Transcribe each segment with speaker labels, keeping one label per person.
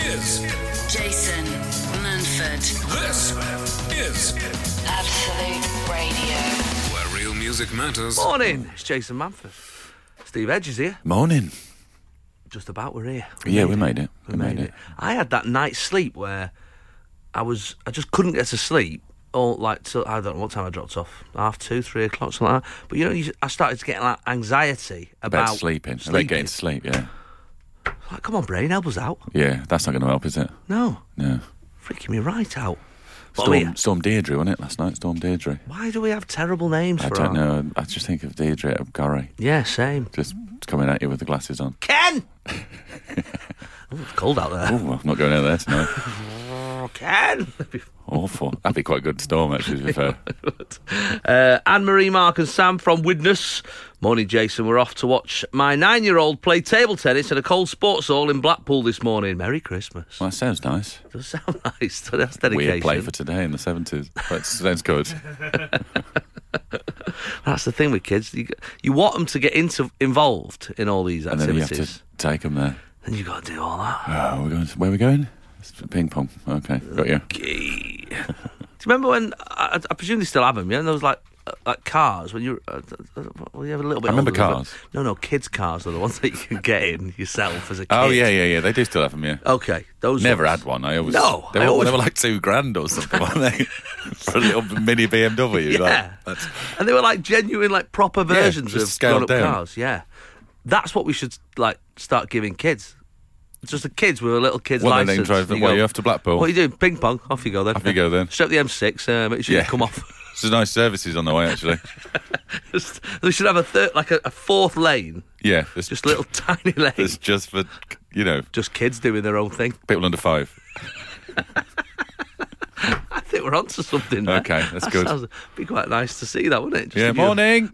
Speaker 1: is
Speaker 2: Jason Manford,
Speaker 1: this is
Speaker 2: Absolute Radio.
Speaker 1: where real music matters.
Speaker 3: Morning, it's Jason Manford. Steve Edge is here.
Speaker 4: Morning.
Speaker 3: Just about, we're here.
Speaker 4: yeah, we made it. We, made, it.
Speaker 3: I had that night's sleep where I was, I just couldn't get to sleep. All like till I don't know what time I dropped off, half two, three o'clock, something like that. But you know, you, I started to get like anxiety about,
Speaker 4: About, sleeping. About getting to sleep, yeah.
Speaker 3: Like, come on, brain, help us out.
Speaker 4: Yeah, that's not going to help, is it?
Speaker 3: No,
Speaker 4: No.
Speaker 3: freaking me right out. But
Speaker 4: Storm,
Speaker 3: we-
Speaker 4: Storm Deirdre, wasn't it, last night? Storm Deirdre.
Speaker 3: why do we have terrible names
Speaker 4: I
Speaker 3: for
Speaker 4: don't
Speaker 3: our-
Speaker 4: know. I just think of Deirdre of Gorry
Speaker 3: Yeah, same.
Speaker 4: just coming at you with the glasses on.
Speaker 3: Ken. Ooh, it's cold out there.
Speaker 4: Oh, I'm not going out there tonight.
Speaker 3: Oh, Ken.
Speaker 4: Awful. That'd be quite a good storm, actually, to be fair.
Speaker 3: Uh, Anne Marie, Mark, and Sam from Widnes. Morning, Jason. We're off to watch my nine year old play table tennis at a cold sports hall in Blackpool this morning. Merry Christmas.
Speaker 4: Well, that sounds nice.
Speaker 3: Does sound nice. That's dedication.
Speaker 4: Weird play for today in the 70s. But sounds good.
Speaker 3: That's the thing with kids. You, you want them to get into, involved in all these
Speaker 4: And then you have to
Speaker 3: activities.
Speaker 4: take them there.
Speaker 3: Then you've got to do all that.
Speaker 4: Oh, we're going to, where are we going? It's Ping pong. Okay, got you.
Speaker 3: Gee. do you remember when, I, I presume they still have them, yeah? And those like, uh, like cars when you're, uh, uh, well, you have a little bit.
Speaker 4: I
Speaker 3: older,
Speaker 4: remember
Speaker 3: but-
Speaker 4: cars.
Speaker 3: No, no, kids' cars are the ones that you can get in yourself as a kid.
Speaker 4: Oh, yeah, yeah, yeah. They do still have them, yeah.
Speaker 3: Okay, those
Speaker 4: Never
Speaker 3: ones.
Speaker 4: had one. I always
Speaker 3: No,
Speaker 4: They
Speaker 3: I
Speaker 4: were,
Speaker 3: always-
Speaker 4: they were like two grand or something, weren't they? For a little mini BMW.
Speaker 3: Yeah,
Speaker 4: Like, that's,
Speaker 3: and they were like genuine, like proper versions
Speaker 4: just
Speaker 3: of
Speaker 4: scaled
Speaker 3: grown-up
Speaker 4: down.
Speaker 3: cars. Yeah, that's what we should like start giving kids. It's Just the kids with a little kids
Speaker 4: Well, then they
Speaker 3: license.
Speaker 4: can drive them-
Speaker 3: go,
Speaker 4: well, you're off to Blackpool.
Speaker 3: What are you doing? Ping pong. Off you go then.
Speaker 4: Off you go then.
Speaker 3: Straight up the M6. Uh, make sure you
Speaker 4: Yeah.
Speaker 3: come off.
Speaker 4: there's nice services on the way, actually.
Speaker 3: Just- we should have a third, like a, a fourth lane,
Speaker 4: Yeah. There's,
Speaker 3: just a little tiny lane.
Speaker 4: It's just for, you know,
Speaker 3: Just kids doing their own thing.
Speaker 4: people under five.
Speaker 3: I think we're onto something. There.
Speaker 4: Okay, that's
Speaker 3: That
Speaker 4: good.
Speaker 3: Sounds, be quite nice to see that, wouldn't it? Just
Speaker 4: Yeah,
Speaker 3: if you-
Speaker 4: morning.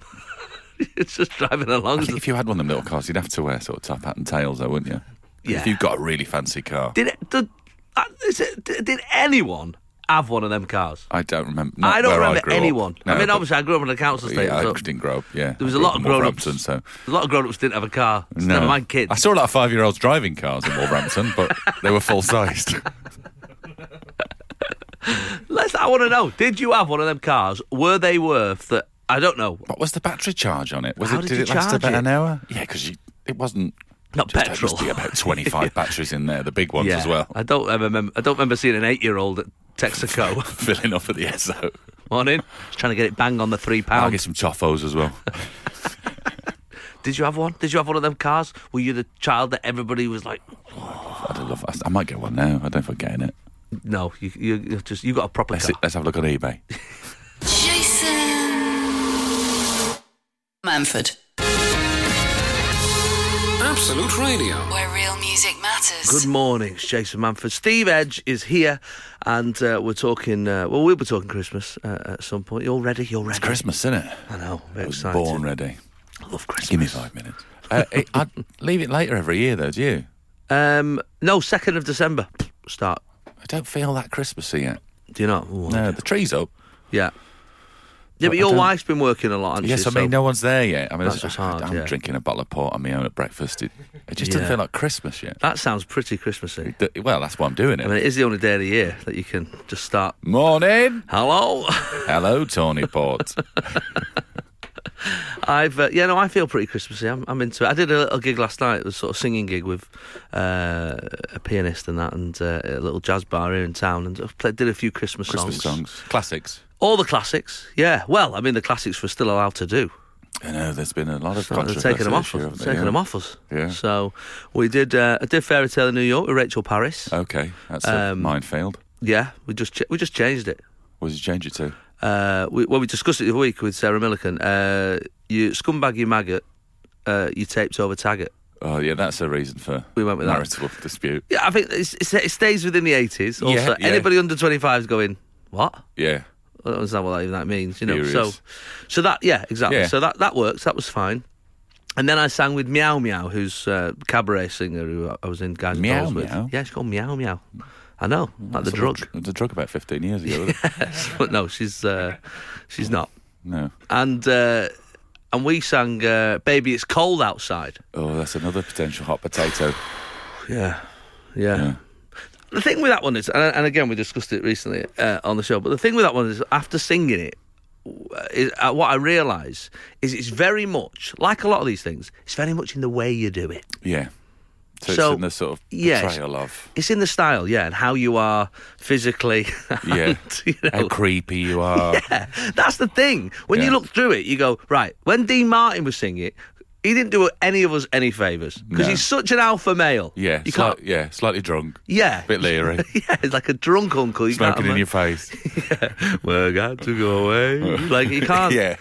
Speaker 3: It's just driving along.
Speaker 4: I think if you had one of them little cars, you'd have to wear sort of top hat and tails, though, wouldn't you?
Speaker 3: Yeah.
Speaker 4: If you've got a really fancy car.
Speaker 3: Did it, did, uh, is it, did, did anyone have one of them cars?
Speaker 4: I don't remember. not
Speaker 3: I don't
Speaker 4: where
Speaker 3: remember
Speaker 4: grew up.
Speaker 3: anyone.
Speaker 4: No,
Speaker 3: I mean,
Speaker 4: but-
Speaker 3: obviously, I grew up on a council estate.
Speaker 4: Yeah, I
Speaker 3: so
Speaker 4: didn't grow up. Yeah,
Speaker 3: there was
Speaker 4: I
Speaker 3: a
Speaker 4: grew
Speaker 3: lot
Speaker 4: up
Speaker 3: of
Speaker 4: in
Speaker 3: grown-ups.
Speaker 4: Wolverhampton, so
Speaker 3: A lot of grown-ups didn't have a car. So
Speaker 4: no.
Speaker 3: Never mind kids.
Speaker 4: I saw a lot of five-year-olds driving cars in Wolverhampton, but they were full-sized.
Speaker 3: Let's. I want to know. Did you have one of them cars? Were they worth that? I don't know.
Speaker 4: What was the battery charge on it? Was
Speaker 3: How
Speaker 4: it
Speaker 3: did
Speaker 4: did,
Speaker 3: you
Speaker 4: it last
Speaker 3: charge
Speaker 4: about
Speaker 3: it?
Speaker 4: an hour? Yeah, because it wasn't
Speaker 3: Not
Speaker 4: just,
Speaker 3: petrol.
Speaker 4: There must be about twenty-five batteries in there, the big ones as well,
Speaker 3: I don't ever remember. I don't remember seeing an eight-year-old at Texaco.
Speaker 4: filling up at the SO.
Speaker 3: Morning. Just trying to get it bang on the three
Speaker 4: I'll
Speaker 3: pound.
Speaker 4: get some toffos as well.
Speaker 3: Did you have one? Did you have one of them cars? Were you the child that everybody was like,
Speaker 4: I'd love. I, I might get one now. I don't know if I'm getting it.
Speaker 3: no, you, you you've just you got a proper
Speaker 4: Let's
Speaker 3: car.
Speaker 4: let's have a look on eBay.
Speaker 2: Jason Manford,
Speaker 1: Absolute Radio.
Speaker 2: where real music matters.
Speaker 3: Good morning, it's Jason Manford. Steve Edge is here, and uh, we're talking. Uh, well, we'll be talking Christmas uh, at some point. You're ready. You're ready.
Speaker 4: Christmas, isn't it?
Speaker 3: I know. I'm
Speaker 4: I was
Speaker 3: excited.
Speaker 4: born ready.
Speaker 3: I love Christmas.
Speaker 4: Give me five minutes. Uh, it, I'd leave it later every year, though. Do you?
Speaker 3: Um, no, second of December start.
Speaker 4: I don't feel that Christmassy yet.
Speaker 3: Do you not? Ooh,
Speaker 4: No, the tree's up.
Speaker 3: Yeah. Yeah,
Speaker 4: I
Speaker 3: but your
Speaker 4: don't-
Speaker 3: wife's been working a lot. hasn't
Speaker 4: Yes,
Speaker 3: she?
Speaker 4: I mean,
Speaker 3: So-
Speaker 4: no one's there yet. I mean,
Speaker 3: That's
Speaker 4: I-
Speaker 3: just hard,
Speaker 4: I'm
Speaker 3: yeah.
Speaker 4: drinking a bottle of port on my own at breakfast. It, it just
Speaker 3: Yeah.
Speaker 4: doesn't feel like Christmas yet.
Speaker 3: That sounds pretty Christmassy.
Speaker 4: Th- Well, that's why I'm doing it.
Speaker 3: I mean, it is the only day of the year that you can just start.
Speaker 4: Morning.
Speaker 3: Hello.
Speaker 4: Hello, Tony Port.
Speaker 3: I've uh, yeah, no, I feel pretty Christmassy. I'm, I'm into it. I did a little gig last night. It was sort of singing gig with uh, a pianist and that, and uh, a little jazz bar here in town, and I played, did a few Christmas,
Speaker 4: Christmas songs, classics.
Speaker 3: all the classics. Yeah, well, I mean, the classics were still allowed to do.
Speaker 4: I know there's been a lot of
Speaker 3: They're
Speaker 4: controversy
Speaker 3: taking them off
Speaker 4: this year,
Speaker 3: us.
Speaker 4: haven't
Speaker 3: Taking
Speaker 4: there? Yeah.
Speaker 3: them off us.
Speaker 4: Yeah.
Speaker 3: So we did. Uh, I did Fairy Tale in New York with Rachel Paris.
Speaker 4: Okay, that's a
Speaker 3: Um,
Speaker 4: minefield.
Speaker 3: yeah, we just ch- we just changed it.
Speaker 4: What did you change it to?
Speaker 3: Uh, we, well, we discussed it the other week with Sarah Milliken. Uh, you scumbag, you maggot. Uh, you taped over Taggart.
Speaker 4: Oh, yeah, that's a reason for
Speaker 3: We went with that.
Speaker 4: narrative dispute.
Speaker 3: Yeah, I think it's, it's, it stays within the 80s. Also,
Speaker 4: Yeah, yeah.
Speaker 3: anybody under 25 is going, what?
Speaker 4: Yeah,
Speaker 3: I don't understand what that even that means, you know. So,
Speaker 4: Furious.
Speaker 3: so that yeah, exactly.
Speaker 4: Yeah.
Speaker 3: So that that works. That was fine. And then I sang with Meow Meow, who's a cabaret singer who I- I was in Guys and
Speaker 4: Meow
Speaker 3: Dolls with.
Speaker 4: Meow? Hmm.
Speaker 3: Yeah, she's called Meow Meow. I know, like the
Speaker 4: That's a
Speaker 3: drug.
Speaker 4: dr- The drug about 15 years ago. wasn't it?
Speaker 3: but no, she's uh, she's not.
Speaker 4: No.
Speaker 3: And uh, and we sang uh, "Baby It's Cold Outside."
Speaker 4: Oh, that's another potential hot potato.
Speaker 3: Yeah, yeah.
Speaker 4: Yeah.
Speaker 3: the thing with that one is, and, and again, we discussed it recently uh, on the show, but the thing with that one is, after singing it, uh, is, uh, what I realise is it's very much, like a lot of these things, it's very much in the way you do it.
Speaker 4: Yeah. So,
Speaker 3: So,
Speaker 4: it's in the sort of
Speaker 3: yeah, it's-
Speaker 4: portrayal of
Speaker 3: It's in the style, yeah, and how you are physically.
Speaker 4: yeah,
Speaker 3: and, you know,
Speaker 4: how creepy you are.
Speaker 3: That's the thing. When you
Speaker 4: Yeah.
Speaker 3: look through it, you go, right, when Dean Martin was singing it, he didn't do any of us any favours because
Speaker 4: No.
Speaker 3: he's such an alpha male.
Speaker 4: Yeah,
Speaker 3: You
Speaker 4: slight-
Speaker 3: can't.
Speaker 4: yeah, slightly drunk,
Speaker 3: Yeah.
Speaker 4: bit leery,
Speaker 3: yeah, it's like a drunk uncle. You
Speaker 4: smoking
Speaker 3: can't
Speaker 4: in your face.
Speaker 3: imagine- Well, got to go away. like, you can't.
Speaker 4: yeah,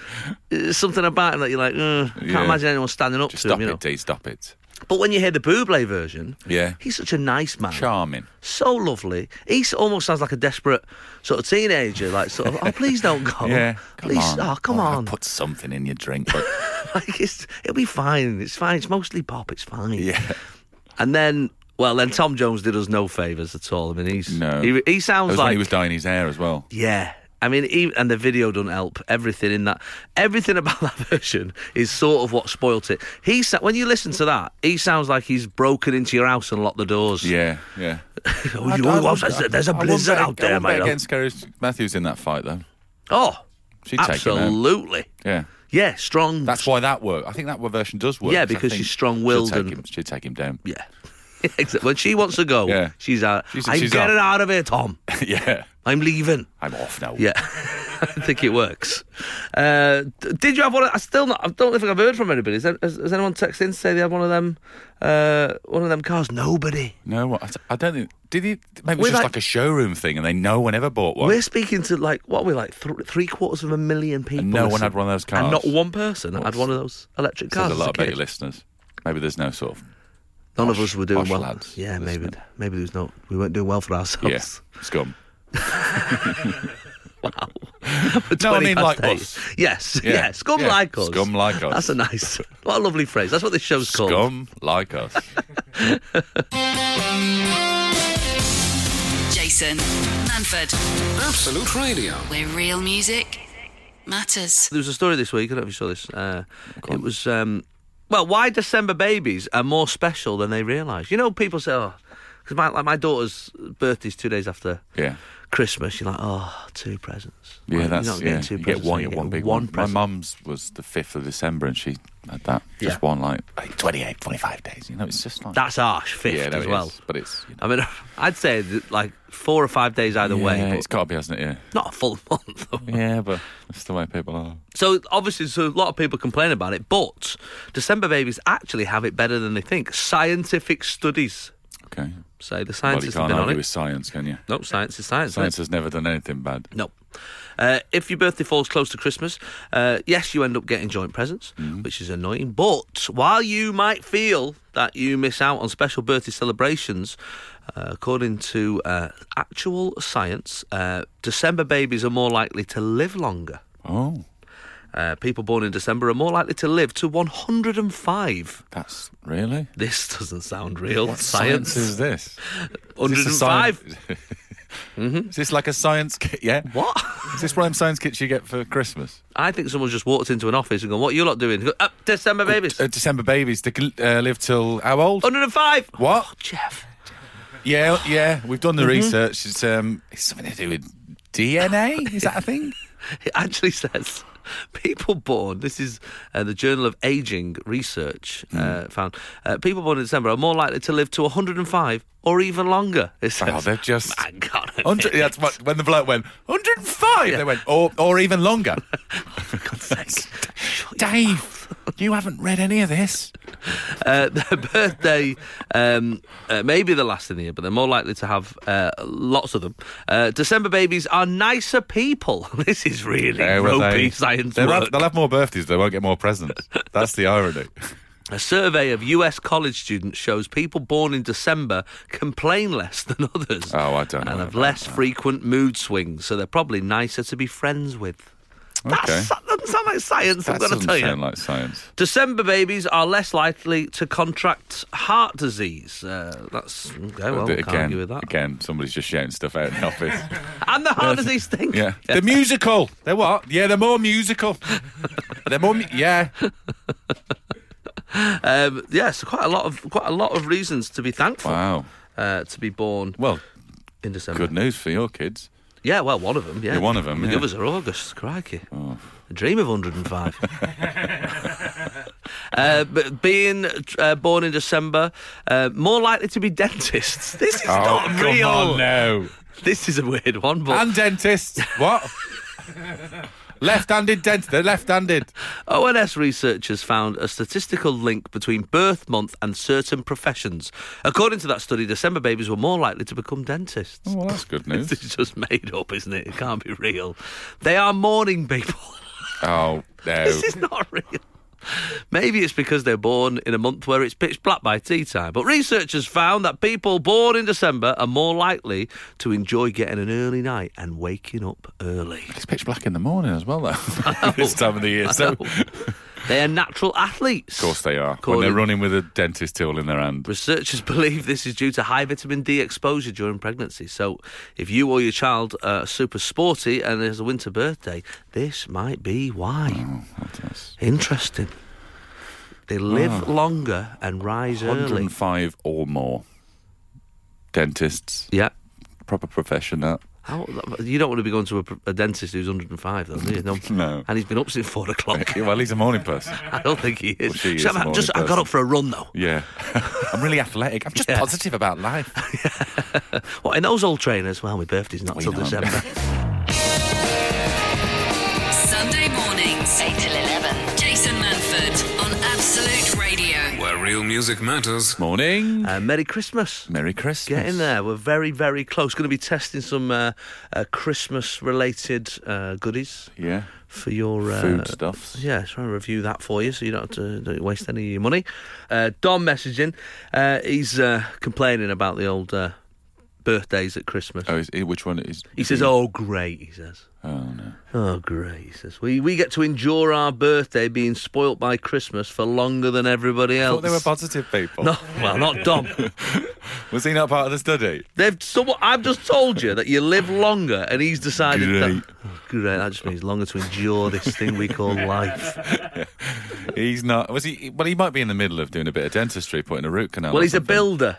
Speaker 3: There's something about him that you're like, "Ugh, can't
Speaker 4: Yeah.
Speaker 3: imagine anyone standing up
Speaker 4: just
Speaker 3: to
Speaker 4: stop
Speaker 3: him, you know.
Speaker 4: it, D. Stop it.
Speaker 3: But when you hear the Buble version,
Speaker 4: Yeah.
Speaker 3: he's such a nice man.
Speaker 4: Charming.
Speaker 3: so lovely. He s- almost sounds like a desperate sort of teenager, like sort of, oh please don't go,
Speaker 4: Yeah, come
Speaker 3: please,
Speaker 4: on.
Speaker 3: oh come
Speaker 4: Oh, I've
Speaker 3: on,
Speaker 4: Put something in your drink. But
Speaker 3: like it's, it'll be fine. It's fine. It's mostly pop. It's fine.
Speaker 4: yeah,
Speaker 3: And then, well, then Tom Jones did us no favors at all. I mean, he's
Speaker 4: No.
Speaker 3: he, he
Speaker 4: that
Speaker 3: sounds
Speaker 4: was
Speaker 3: like
Speaker 4: when he was dyeing his hair as well.
Speaker 3: yeah. I mean, even, and the video doesn't help. Everything in that, everything about that version is sort of what spoilt it. He sa- when you listen to that, he sounds like he's broken into your house and locked the doors.
Speaker 4: Yeah, yeah.
Speaker 3: Oh, you- oh, there's a- there's a
Speaker 4: I wouldn't
Speaker 3: blizzard
Speaker 4: bet-
Speaker 3: out
Speaker 4: I
Speaker 3: there,
Speaker 4: wouldn't bet
Speaker 3: mate.
Speaker 4: Against Gary Matthews in that fight though.
Speaker 3: Oh,
Speaker 4: She'd take him out.
Speaker 3: absolutely.
Speaker 4: Yeah.
Speaker 3: Yeah, strong.
Speaker 4: That's why that worked. I think that version does work.
Speaker 3: Yeah,
Speaker 4: 'cause I
Speaker 3: because
Speaker 4: think
Speaker 3: she's strong-willed
Speaker 4: she'll take
Speaker 3: and-
Speaker 4: him- She'd take him down.
Speaker 3: yeah. Exactly. when she wants to go,
Speaker 4: Yeah.
Speaker 3: she's out.
Speaker 4: She's-
Speaker 3: I'm
Speaker 4: she's
Speaker 3: getting
Speaker 4: off."
Speaker 3: out of here, Tom.
Speaker 4: yeah,
Speaker 3: I'm leaving.
Speaker 4: I'm off now.
Speaker 3: Yeah, I think it works. Uh, d- did you have one? Of, I still not. I don't think I've heard from anybody. Is there, has, has anyone texted in to say they had one of them? Uh, one of them cars. Nobody.
Speaker 4: No, I, I don't think. Did he? Maybe it
Speaker 3: We're
Speaker 4: was just
Speaker 3: like-
Speaker 4: like, a showroom thing, and they no one ever bought one.
Speaker 3: We're speaking to like what are we like th- three quarters of a million people.
Speaker 4: no one
Speaker 3: listen.
Speaker 4: had one of those cars.
Speaker 3: and not one person had one of those electric
Speaker 4: Says
Speaker 3: cars.
Speaker 4: a
Speaker 3: as
Speaker 4: lot about
Speaker 3: kid.
Speaker 4: your listeners. Maybe there's no sort of.
Speaker 3: None of
Speaker 4: posh-
Speaker 3: us were doing
Speaker 4: posh
Speaker 3: well.
Speaker 4: lads
Speaker 3: yeah,
Speaker 4: listening.
Speaker 3: maybe maybe there was no. We weren't doing well for ourselves.
Speaker 4: Yeah, scum.
Speaker 3: But
Speaker 4: No, I
Speaker 3: 20
Speaker 4: mean
Speaker 3: past
Speaker 4: like
Speaker 3: eight.
Speaker 4: us.
Speaker 3: Yes, yeah,
Speaker 4: Yeah,
Speaker 3: scum
Speaker 4: yeah,
Speaker 3: like us.
Speaker 4: scum like us.
Speaker 3: That's a nice, what a lovely phrase. That's what this show's called.
Speaker 4: Scum like us.
Speaker 2: Jason Manford.
Speaker 1: Absolute Radio.
Speaker 2: Where real music matters.
Speaker 3: There was a story this week. I don't know if you saw this. Uh, it was um, well, why December babies are more special than they realise. You know, people say, oh, because my like my daughter's birthday's two days after
Speaker 4: Yeah.
Speaker 3: Christmas. You're like, oh, two presents.
Speaker 4: Yeah,
Speaker 3: Like,
Speaker 4: that's
Speaker 3: you're not
Speaker 4: yeah.
Speaker 3: getting two
Speaker 4: you get
Speaker 3: presents,
Speaker 4: one,
Speaker 3: you
Speaker 4: you get one big
Speaker 3: one.
Speaker 4: one.
Speaker 3: present.
Speaker 4: My mum's was the fifth of December, and she had that just
Speaker 3: Yeah.
Speaker 4: one, like like, 28, 25 days. You know, it's just like
Speaker 3: That's harsh. Fifth
Speaker 4: yeah, no,
Speaker 3: as
Speaker 4: it
Speaker 3: well.
Speaker 4: is, but it's you know,
Speaker 3: I mean, I'd say that, like four or five days either way,
Speaker 4: yeah,
Speaker 3: but
Speaker 4: it's got to be, hasn't it?
Speaker 3: not a full month.
Speaker 4: Yeah, yeah, but that's the way people are.
Speaker 3: So obviously, so a lot of people complain about it, but December babies actually have it better than they think. Scientific studies
Speaker 4: Okay,
Speaker 3: say the
Speaker 4: well, you
Speaker 3: scientists have
Speaker 4: can't
Speaker 3: been on
Speaker 4: argue with
Speaker 3: it.
Speaker 4: science, can you?
Speaker 3: No, science is science. isn't it?
Speaker 4: Science has never done anything bad.
Speaker 3: No. Uh, if your birthday falls close to Christmas, uh, yes, you end up getting joint presents,
Speaker 4: Mm-hmm.
Speaker 3: which is annoying. But while you might feel that you miss out on special birthday celebrations, uh, according to uh, actual science, uh, December babies are more likely to live longer.
Speaker 4: Oh,
Speaker 3: Uh, people born in December are more likely to live to 105.
Speaker 4: that's really
Speaker 3: This doesn't sound real.
Speaker 4: what
Speaker 3: science.
Speaker 4: science is this? Is this a
Speaker 3: 105.
Speaker 4: science- Mm-hmm. Is this like a science kit? Yeah.
Speaker 3: What?
Speaker 4: Is this one of them science kits you get for Christmas?
Speaker 3: I think someone's just walked into an office and gone, What are you lot doing? They Go, Up December babies.
Speaker 4: Uh, December babies, they can uh, live till how old?
Speaker 3: 105.
Speaker 4: What?
Speaker 3: Jeff.
Speaker 4: Yeah, yeah. We've done the research. It's um, it's something to do with DNA. Is that a thing?
Speaker 3: It actually says people born, this is uh, the Journal of Aging Research
Speaker 4: Hmm.
Speaker 3: uh, found, uh, people born in December are more likely to live to 105 or even longer. It says.
Speaker 4: Oh, they're just.
Speaker 3: Man, God, I
Speaker 4: Hundred,
Speaker 3: mean,
Speaker 4: that's what, when the bloke went 105. They went, or or even longer.
Speaker 3: for God's sake.
Speaker 4: Dave, you haven't read any of this.
Speaker 3: uh, their birthday um, uh, may be the last in the year, but they're more likely to have uh, lots of them. Uh, December babies are nicer people. this is really ropey science
Speaker 4: they'll,
Speaker 3: work.
Speaker 4: have, they'll have more birthdays. They won't get more presents. That's the irony.
Speaker 3: A survey of US college students shows people born in December complain less than others.
Speaker 4: Oh, I don't know
Speaker 3: And have
Speaker 4: about
Speaker 3: less frequent mood swings, so they're probably nicer to be friends with.
Speaker 4: Okay.
Speaker 3: That's, that doesn't sound like science,
Speaker 4: That
Speaker 3: I've got to
Speaker 4: doesn't
Speaker 3: tell you.
Speaker 4: sound like science.
Speaker 3: December babies are less likely to contract heart disease. Uh, that's okay, well,
Speaker 4: again,
Speaker 3: can't argue with that.
Speaker 4: again, somebody's just shouting stuff out in the office.
Speaker 3: And the heart disease thing.
Speaker 4: Yeah. They're musical. They're what? Yeah, they're more musical. they're more. Mu- yeah.
Speaker 3: Um, yeah, so quite a lot of quite a lot of reasons to be thankful
Speaker 4: Wow.
Speaker 3: uh, to be born.
Speaker 4: Well,
Speaker 3: in December.
Speaker 4: Good news for your kids.
Speaker 3: Yeah, well, one of them. Yeah,
Speaker 4: Yeah, one of 'em,
Speaker 3: The
Speaker 4: yeah. Oh.
Speaker 3: others are August. Crikey, I dream of 105. uh, but being uh, born in December, uh, more likely to be dentists. This is not
Speaker 4: Oh, come
Speaker 3: real.
Speaker 4: on now.
Speaker 3: This is a weird one, but
Speaker 4: And dentists. What? left-handed dentist. They're left-handed.
Speaker 3: ONS researchers found a statistical link between birth month and certain professions. According to that study, December babies were more likely to become dentists.
Speaker 4: Oh, well, that's good
Speaker 3: This
Speaker 4: news.
Speaker 3: is just made up, isn't it? It can't be real. They are morning people.
Speaker 4: Oh no.
Speaker 3: this is not real. Maybe it's because they're born in a month where it's pitch black by tea time. But researchers found that people born in December are more likely to enjoy getting an early night and waking up early.
Speaker 4: It's pitch black in the morning as well, though. this time of the year. So, of
Speaker 3: They are natural athletes. Of
Speaker 4: course, they are. When they're running with a dentist tool in their hand.
Speaker 3: Researchers believe this is due to high vitamin D exposure during pregnancy. So, if you or your child are super sporty and there's a winter birthday, this might be why.
Speaker 4: Oh.
Speaker 3: Interesting. They
Speaker 4: Oh.
Speaker 3: live longer and rise early.
Speaker 4: 105 or more dentists.
Speaker 3: Yeah.
Speaker 4: Proper profession, that.
Speaker 3: How, you don't want to be going to a, a dentist who's 105, though, do you? No.
Speaker 4: No.
Speaker 3: And he's been up since four o'clock.
Speaker 4: Yeah, well, he's a morning person.
Speaker 3: I don't think he is.
Speaker 4: she is
Speaker 3: Except
Speaker 4: a
Speaker 3: I,
Speaker 4: morning
Speaker 3: just, I got
Speaker 4: person.
Speaker 3: up for a run, though.
Speaker 4: Yeah. I'm really athletic. I'm just
Speaker 3: Yeah.
Speaker 4: positive about life.
Speaker 3: What, in those old trainers? Well, my birthday's not
Speaker 4: We
Speaker 3: till
Speaker 4: know.
Speaker 3: December.
Speaker 2: Sunday mornings, 8 till 11. Jason Manford on Absolute Radio.
Speaker 1: Where real music matters.
Speaker 4: Morning.
Speaker 3: uh, Merry Christmas.
Speaker 4: Merry Christmas.
Speaker 3: Get in there. We're very, very close. Going to be testing some uh, uh, Christmas related uh, goodies
Speaker 4: Yeah.
Speaker 3: for your. Uh,
Speaker 4: Food stuffs.
Speaker 3: Yeah, try and review that for you so you don't have to don't waste any of your money. Uh, Don messaging. Uh, he's uh, complaining about the old uh, birthdays at Christmas.
Speaker 4: Oh, is, which one is.
Speaker 3: He says, "Oh, great," he says.
Speaker 4: Oh, no.
Speaker 3: Oh, great, he says. We, we get to endure our birthday being spoilt by Christmas for longer than everybody
Speaker 4: I
Speaker 3: else.
Speaker 4: thought they were positive people.
Speaker 3: no, well, not Dom.
Speaker 4: Was he not part of the study?
Speaker 3: They've someone, I've just told you that you live longer, and he's decided
Speaker 4: Great.
Speaker 3: that. Oh, great, that just means longer to endure this thing we call life.
Speaker 4: He's not. Was he? Well, he might be in the middle of doing a bit of dentistry, putting a root canal.
Speaker 3: Well,
Speaker 4: or
Speaker 3: he's a
Speaker 4: something.
Speaker 3: builder.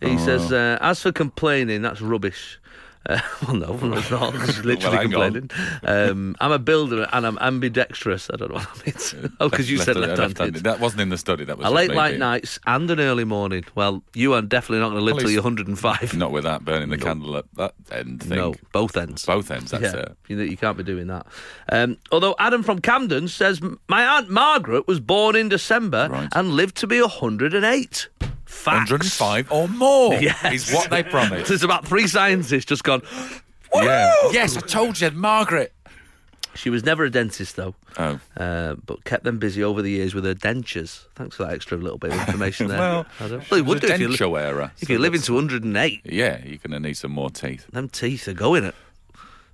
Speaker 3: He
Speaker 4: Oh.
Speaker 3: says, uh, as for complaining, that's rubbish. Uh, well, no, well, it's not. It's literally
Speaker 4: hang on.
Speaker 3: complaining. Um, I'm a builder and I'm ambidextrous. I don't know what that means. Oh, because you said
Speaker 4: Left-handed-
Speaker 3: left-handed.
Speaker 4: That wasn't in the study. That
Speaker 3: A
Speaker 4: was just
Speaker 3: late
Speaker 4: maybe-
Speaker 3: night nights and an early morning. Well, you are definitely not going to live
Speaker 4: Well,
Speaker 3: till
Speaker 4: he's-
Speaker 3: you're 105.
Speaker 4: Not with that burning the candle at that end thing.
Speaker 3: No, both ends.
Speaker 4: Both ends. That's
Speaker 3: yeah,
Speaker 4: it.
Speaker 3: You, you can't be doing that. Um, although Adam from Camden says my aunt Margaret was born in December
Speaker 4: Right.
Speaker 3: and lived to be 108. Facts.
Speaker 4: 105 or more
Speaker 3: Yes.
Speaker 4: is what they promised.
Speaker 3: There's about three scientists just gone. "Woo!"
Speaker 4: yeah. Yes, I told you, Margaret.
Speaker 3: She was never a dentist though,
Speaker 4: Oh.
Speaker 3: uh, but kept them busy over the years with her dentures. Thanks for that extra little bit of information there.
Speaker 4: Well,
Speaker 3: Adam. well you would do
Speaker 4: She's a
Speaker 3: if you
Speaker 4: denture wearer.
Speaker 3: if
Speaker 4: so
Speaker 3: you're living
Speaker 4: that's-
Speaker 3: to 108.
Speaker 4: Yeah, you're going to need some more teeth.
Speaker 3: Them teeth are going at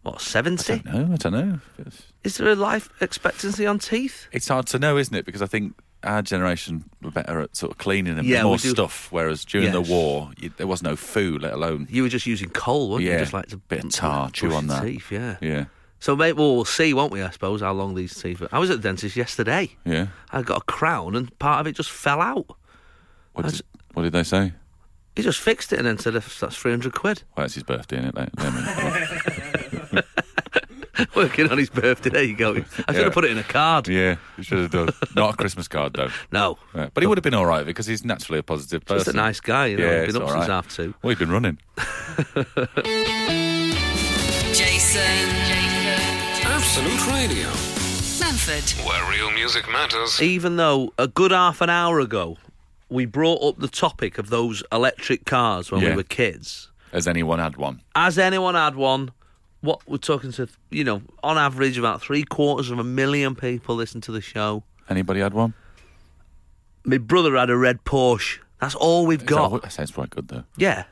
Speaker 3: what seventy?
Speaker 4: No, I don't know. It's-
Speaker 3: Is there a life expectancy on teeth?
Speaker 4: It's hard to know, isn't it? Because I think our generation were better at sort of cleaning and
Speaker 3: Yeah, we
Speaker 4: more
Speaker 3: do.
Speaker 4: stuff, whereas during the
Speaker 3: Yes.
Speaker 4: war, you, there was no food, let alone.
Speaker 3: You were just using coal, weren't you?
Speaker 4: Yeah,
Speaker 3: Just like to
Speaker 4: bit of tar,
Speaker 3: brush
Speaker 4: chew
Speaker 3: your
Speaker 4: on that.
Speaker 3: Teeth, yeah.
Speaker 4: Yeah.
Speaker 3: So mate, well, we'll see, won't we? I suppose how long these teeth. Are. I was at the dentist yesterday.
Speaker 4: Yeah.
Speaker 3: I got a crown and part of it just fell out.
Speaker 4: What
Speaker 3: That's-
Speaker 4: did, what did they say?
Speaker 3: He just fixed it and then said, "That's three hundred quid."
Speaker 4: Well, it's his birthday, isn't it? Let- let me-
Speaker 3: Working on his birthday. There you go. I should
Speaker 4: Yeah.
Speaker 3: have put it in a card.
Speaker 4: yeah, you should have done. Not a Christmas card, though.
Speaker 3: No.
Speaker 4: Yeah, But he would have been all right because he's naturally a positive person.
Speaker 3: Just a nice guy, you know.
Speaker 4: Yeah,
Speaker 3: he'd
Speaker 4: it's
Speaker 3: been up
Speaker 4: all
Speaker 3: since
Speaker 4: right.
Speaker 3: half two.
Speaker 4: Well, he'd been running.
Speaker 2: Jason. Jason.
Speaker 1: Absolute Radio.
Speaker 2: Manford.
Speaker 1: Where real music matters.
Speaker 3: even though a good half an hour ago we brought up the topic of those electric cars when we
Speaker 4: Yeah.
Speaker 3: were kids.
Speaker 4: Has anyone had one?
Speaker 3: Has anyone had one? What we're talking to, you know, on average, about three quarters of a million people listen to the show.
Speaker 4: Anybody had one?
Speaker 3: My brother had a red Porsche. That's all we've
Speaker 4: Is that
Speaker 3: got.
Speaker 4: what- That sounds quite good, though.
Speaker 3: Yeah,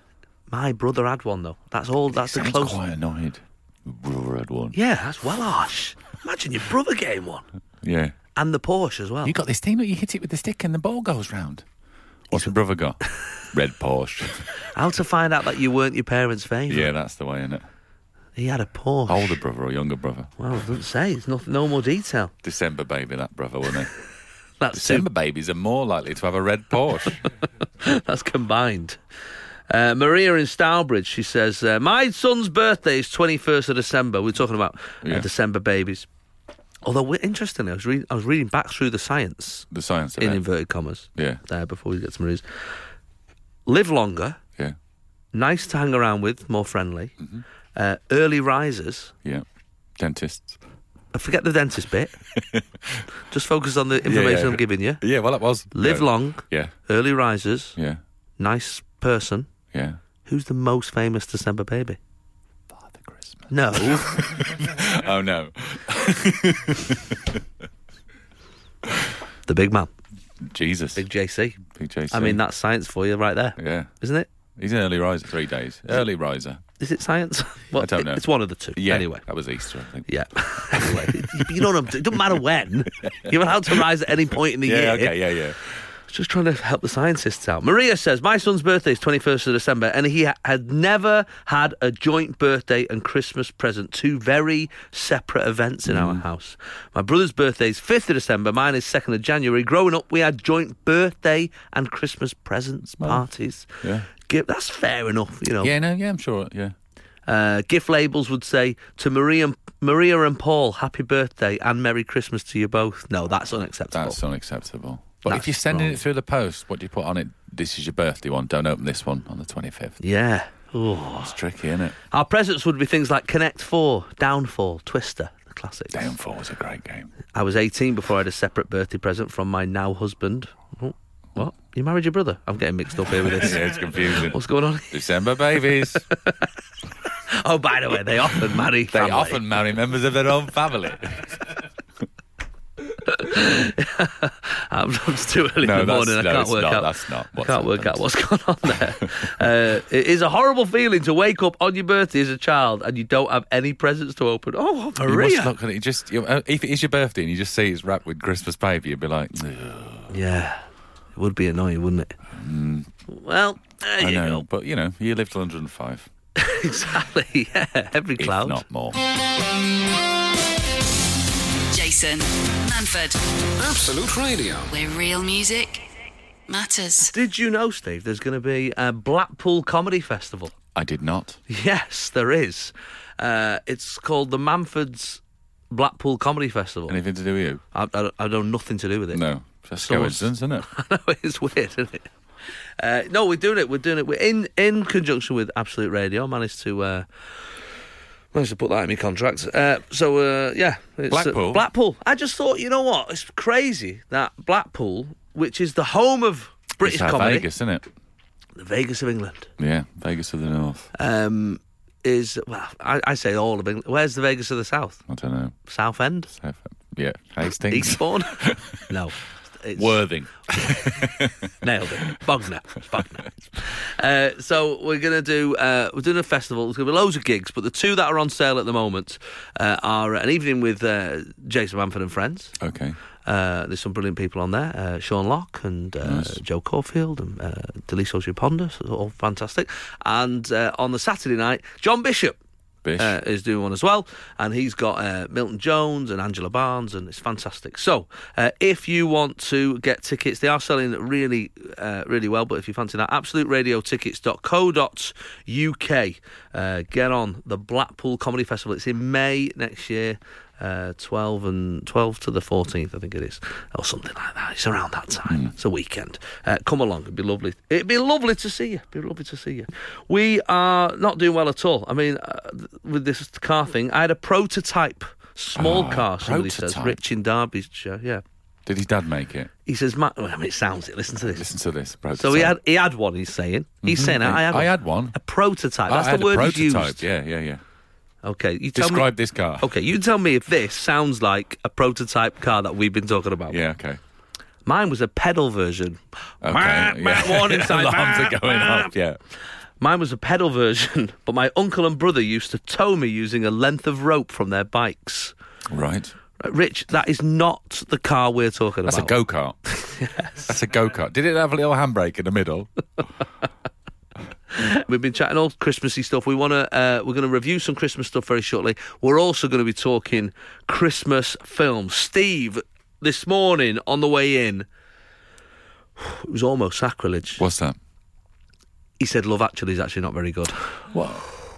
Speaker 3: my brother had one though. That's all. That's the
Speaker 4: Sounds
Speaker 3: close.
Speaker 4: quite annoyed. Brother had one.
Speaker 3: Yeah, that's well harsh. Imagine your brother getting one
Speaker 4: Yeah.
Speaker 3: and the Porsche as well.
Speaker 4: You got this thing that you hit it with the stick and the ball goes round. What's your brother got? Red Porsche.
Speaker 3: How to find out that you weren't your parents' favourite?
Speaker 4: yeah, that's the way, isn't it?
Speaker 3: He had a Porsche.
Speaker 4: Older brother or younger brother?
Speaker 3: Well, it doesn't say. It's not, no more detail.
Speaker 4: December baby, that brother, wasn't he?
Speaker 3: That's
Speaker 4: December babies are more likely to have a red Porsche.
Speaker 3: That's combined. Uh, Maria in Stourbridge, she says, uh, My son's birthday is 21st of December. We're talking about uh,
Speaker 4: Yeah.
Speaker 3: December babies. Although, we- interestingly, I was, reading, I was reading back through the science,
Speaker 4: The science of
Speaker 3: in
Speaker 4: it.
Speaker 3: inverted commas,
Speaker 4: Yeah.
Speaker 3: there before we get to Maria's. Live longer,
Speaker 4: yeah.
Speaker 3: nice to hang around with, more friendly,
Speaker 4: Mm-hmm.
Speaker 3: uh, early risers.
Speaker 4: Yeah. Dentists.
Speaker 3: I forget the dentist bit. Just focus on the information
Speaker 4: yeah.
Speaker 3: I'm giving you.
Speaker 4: Yeah, well, it was.
Speaker 3: Live
Speaker 4: Yeah.
Speaker 3: long,
Speaker 4: Yeah.
Speaker 3: early risers,
Speaker 4: Yeah.
Speaker 3: nice person.
Speaker 4: Yeah.
Speaker 3: Who's the most famous December baby?
Speaker 4: Father Christmas.
Speaker 3: No.
Speaker 4: Oh, no.
Speaker 3: the big man,
Speaker 4: Jesus.
Speaker 3: Big JC.
Speaker 4: Big JC.
Speaker 3: I mean, that's science for you right there,
Speaker 4: Yeah.
Speaker 3: not it?
Speaker 4: He's an early riser, three days. Early riser.
Speaker 3: Is it science? Well,
Speaker 4: I don't
Speaker 3: it-
Speaker 4: know.
Speaker 3: It's one of the two.
Speaker 4: Yeah.
Speaker 3: Anyway.
Speaker 4: That was Easter, I think.
Speaker 3: Yeah. anyway, you know what I'm doing. It doesn't matter when. You're allowed to rise at any point in the year.
Speaker 4: Yeah, okay, yeah, yeah.
Speaker 3: Just trying to help the scientists out. Maria says, My son's birthday is 21st of December, and he ha- had never had a joint birthday and Christmas present. Two very separate events in
Speaker 4: Mm.
Speaker 3: our house. My brother's birthday is 5th of December, mine is 2nd of January. Growing up, we had joint birthday and Christmas presents parties.
Speaker 4: Yeah.
Speaker 3: Gi- that's fair enough, you know.
Speaker 4: Yeah, no, yeah, I'm sure. Yeah.
Speaker 3: Uh, gift labels would say to Maria and, Maria and Paul, happy birthday and Merry Christmas to you both. No, that's unacceptable.
Speaker 4: That's unacceptable. But
Speaker 3: That's
Speaker 4: if you're sending
Speaker 3: wrong.
Speaker 4: it through the post, what do you put on it? This is your birthday one. Don't open this one on the 25th.
Speaker 3: yeah. Ooh.
Speaker 4: It's tricky, isn't it?
Speaker 3: Our presents would be things like Connect Four, Downfall, Twister, the classics.
Speaker 4: Downfall was a great game.
Speaker 3: I was 18 before I had a separate birthday present from my now husband. Oh, What? You married your brother? I'm getting mixed up here with
Speaker 4: yeah,
Speaker 3: this.
Speaker 4: it's confusing.
Speaker 3: What's going on?
Speaker 4: December babies.
Speaker 3: Oh, by the way, they often marry.
Speaker 4: they
Speaker 3: family.
Speaker 4: often marry members of their own family.
Speaker 3: I'm, it's too early
Speaker 4: No,
Speaker 3: in the
Speaker 4: that's-
Speaker 3: morning. I
Speaker 4: no,
Speaker 3: can't
Speaker 4: it's
Speaker 3: work
Speaker 4: not.
Speaker 3: out.
Speaker 4: That's not
Speaker 3: I
Speaker 4: what's
Speaker 3: can't work out
Speaker 4: happened.
Speaker 3: what's going on there. uh, it is a horrible feeling to wake up on your birthday as a child and you don't have any presents to open. Oh,
Speaker 4: You must
Speaker 3: Maria.
Speaker 4: look at it. You just you, uh, if it is your birthday and you just see it's wrapped with Christmas paper, you'd be like, "Ugh."
Speaker 3: Yeah, it would be annoying, wouldn't it? Well, there
Speaker 4: Mm. I
Speaker 3: you
Speaker 4: know.
Speaker 3: go.
Speaker 4: But you know, you lived to 105.
Speaker 3: exactly. Yeah, every
Speaker 4: If
Speaker 3: cloud.
Speaker 4: not more.
Speaker 2: Jason Manford,
Speaker 1: Absolute Radio.
Speaker 2: where real music matters.
Speaker 3: Did you know, Steve? There's going to be a Blackpool Comedy Festival.
Speaker 4: I did not.
Speaker 3: Yes, there is. Uh, it's called the Manfords Blackpool Comedy Festival.
Speaker 4: Anything to do with you?
Speaker 3: I, I, I know nothing to do with it.
Speaker 4: No. Just
Speaker 3: So-
Speaker 4: coincidence, isn't it?
Speaker 3: I know it's weird, isn't it? Uh, no, we're doing it. We're doing it. We're in in conjunction with Absolute Radio. I managed to uh, managed to put that in my contract. Uh, so uh, yeah, it's, uh,
Speaker 4: Blackpool?
Speaker 3: Blackpool. I just thought, you know what? It's crazy that Blackpool, which is the home of British
Speaker 4: it's our
Speaker 3: comedy,
Speaker 4: Vegas, isn't it?
Speaker 3: the Vegas of England,
Speaker 4: Yeah, Vegas of the North.
Speaker 3: um, is well, I, I say all of England. Where's the Vegas of the South?
Speaker 4: I don't know.
Speaker 3: South End,
Speaker 4: Yeah, Hastings.
Speaker 3: Eastbourne? no, it's,
Speaker 4: Worthing.
Speaker 3: Nailed it. Bogner. It's Bogner. Uh, so we're going to do, uh, we're doing a festival. There's going to be loads of gigs, but the two that are on sale at the moment uh, are an evening with uh, Jason Manford and friends.
Speaker 4: Okay.
Speaker 3: Uh, there's some brilliant people on there. Uh, Sean Locke and uh, Joe Caulfield and uh, Deliso Ponda, so all fantastic. And uh, on the Saturday night, John Bishop.
Speaker 4: Bish.
Speaker 3: Uh, is doing one as well, and he's got uh, Milton Jones and Angela Barnes, and it's fantastic. So, uh, if you want to get tickets, they are selling really, uh, really well. But if you fancy that, absoluteradiotickets.co.uk. Uh, get on the Blackpool Comedy Festival. It's in May next year. Uh, 12 and 12 to the 14th, I think it is, or something like that. It's around that time.
Speaker 4: Mm.
Speaker 3: It's a weekend. Uh, come along. It'd be lovely. It'd be lovely to see you. It'd be lovely to see you. We are not doing well at all. I mean, uh, th- with this car thing, I had a prototype small car, somebody says,
Speaker 4: Ah, prototype.
Speaker 3: Rich in Derbyshire. Yeah.
Speaker 4: Did his dad make it?
Speaker 3: He says, Ma- well, I mean, it sounds it. Listen to this.
Speaker 4: Listen to this. Prototype.
Speaker 3: so he had he had one, he's saying. He's saying, I had,
Speaker 4: I had one.
Speaker 3: A prototype.
Speaker 4: I
Speaker 3: That's
Speaker 4: had
Speaker 3: the word
Speaker 4: a
Speaker 3: he's
Speaker 4: prototype.
Speaker 3: used.
Speaker 4: Yeah, yeah, yeah.
Speaker 3: Okay. You tell me. Oh.
Speaker 4: Describe this car.
Speaker 3: Okay, you tell me if this sounds like a prototype car that we've been talking about.
Speaker 4: Yeah, okay.
Speaker 3: Mine was a pedal version.
Speaker 4: Okay.
Speaker 3: bah, warning sign,
Speaker 4: Alarms
Speaker 3: bah,
Speaker 4: are going
Speaker 3: bah.
Speaker 4: off. Yeah.
Speaker 3: Mine was a pedal version, but my uncle and brother used to tow me using a length of rope from their bikes.
Speaker 4: Right.
Speaker 3: Right, Rich, that is not the car we're talking
Speaker 4: That's a
Speaker 3: about.
Speaker 4: go kart. That's a go kart. Did it have a little handbrake in the middle?
Speaker 3: We've been chatting all Christmassy stuff. We want to. Uh, we're going to review some Christmas stuff very shortly. We're also going to be talking Christmas films. Steve, this morning on the way in, it was almost sacrilege.
Speaker 4: What's that?
Speaker 3: He said Love Actually is actually not very good.
Speaker 4: What?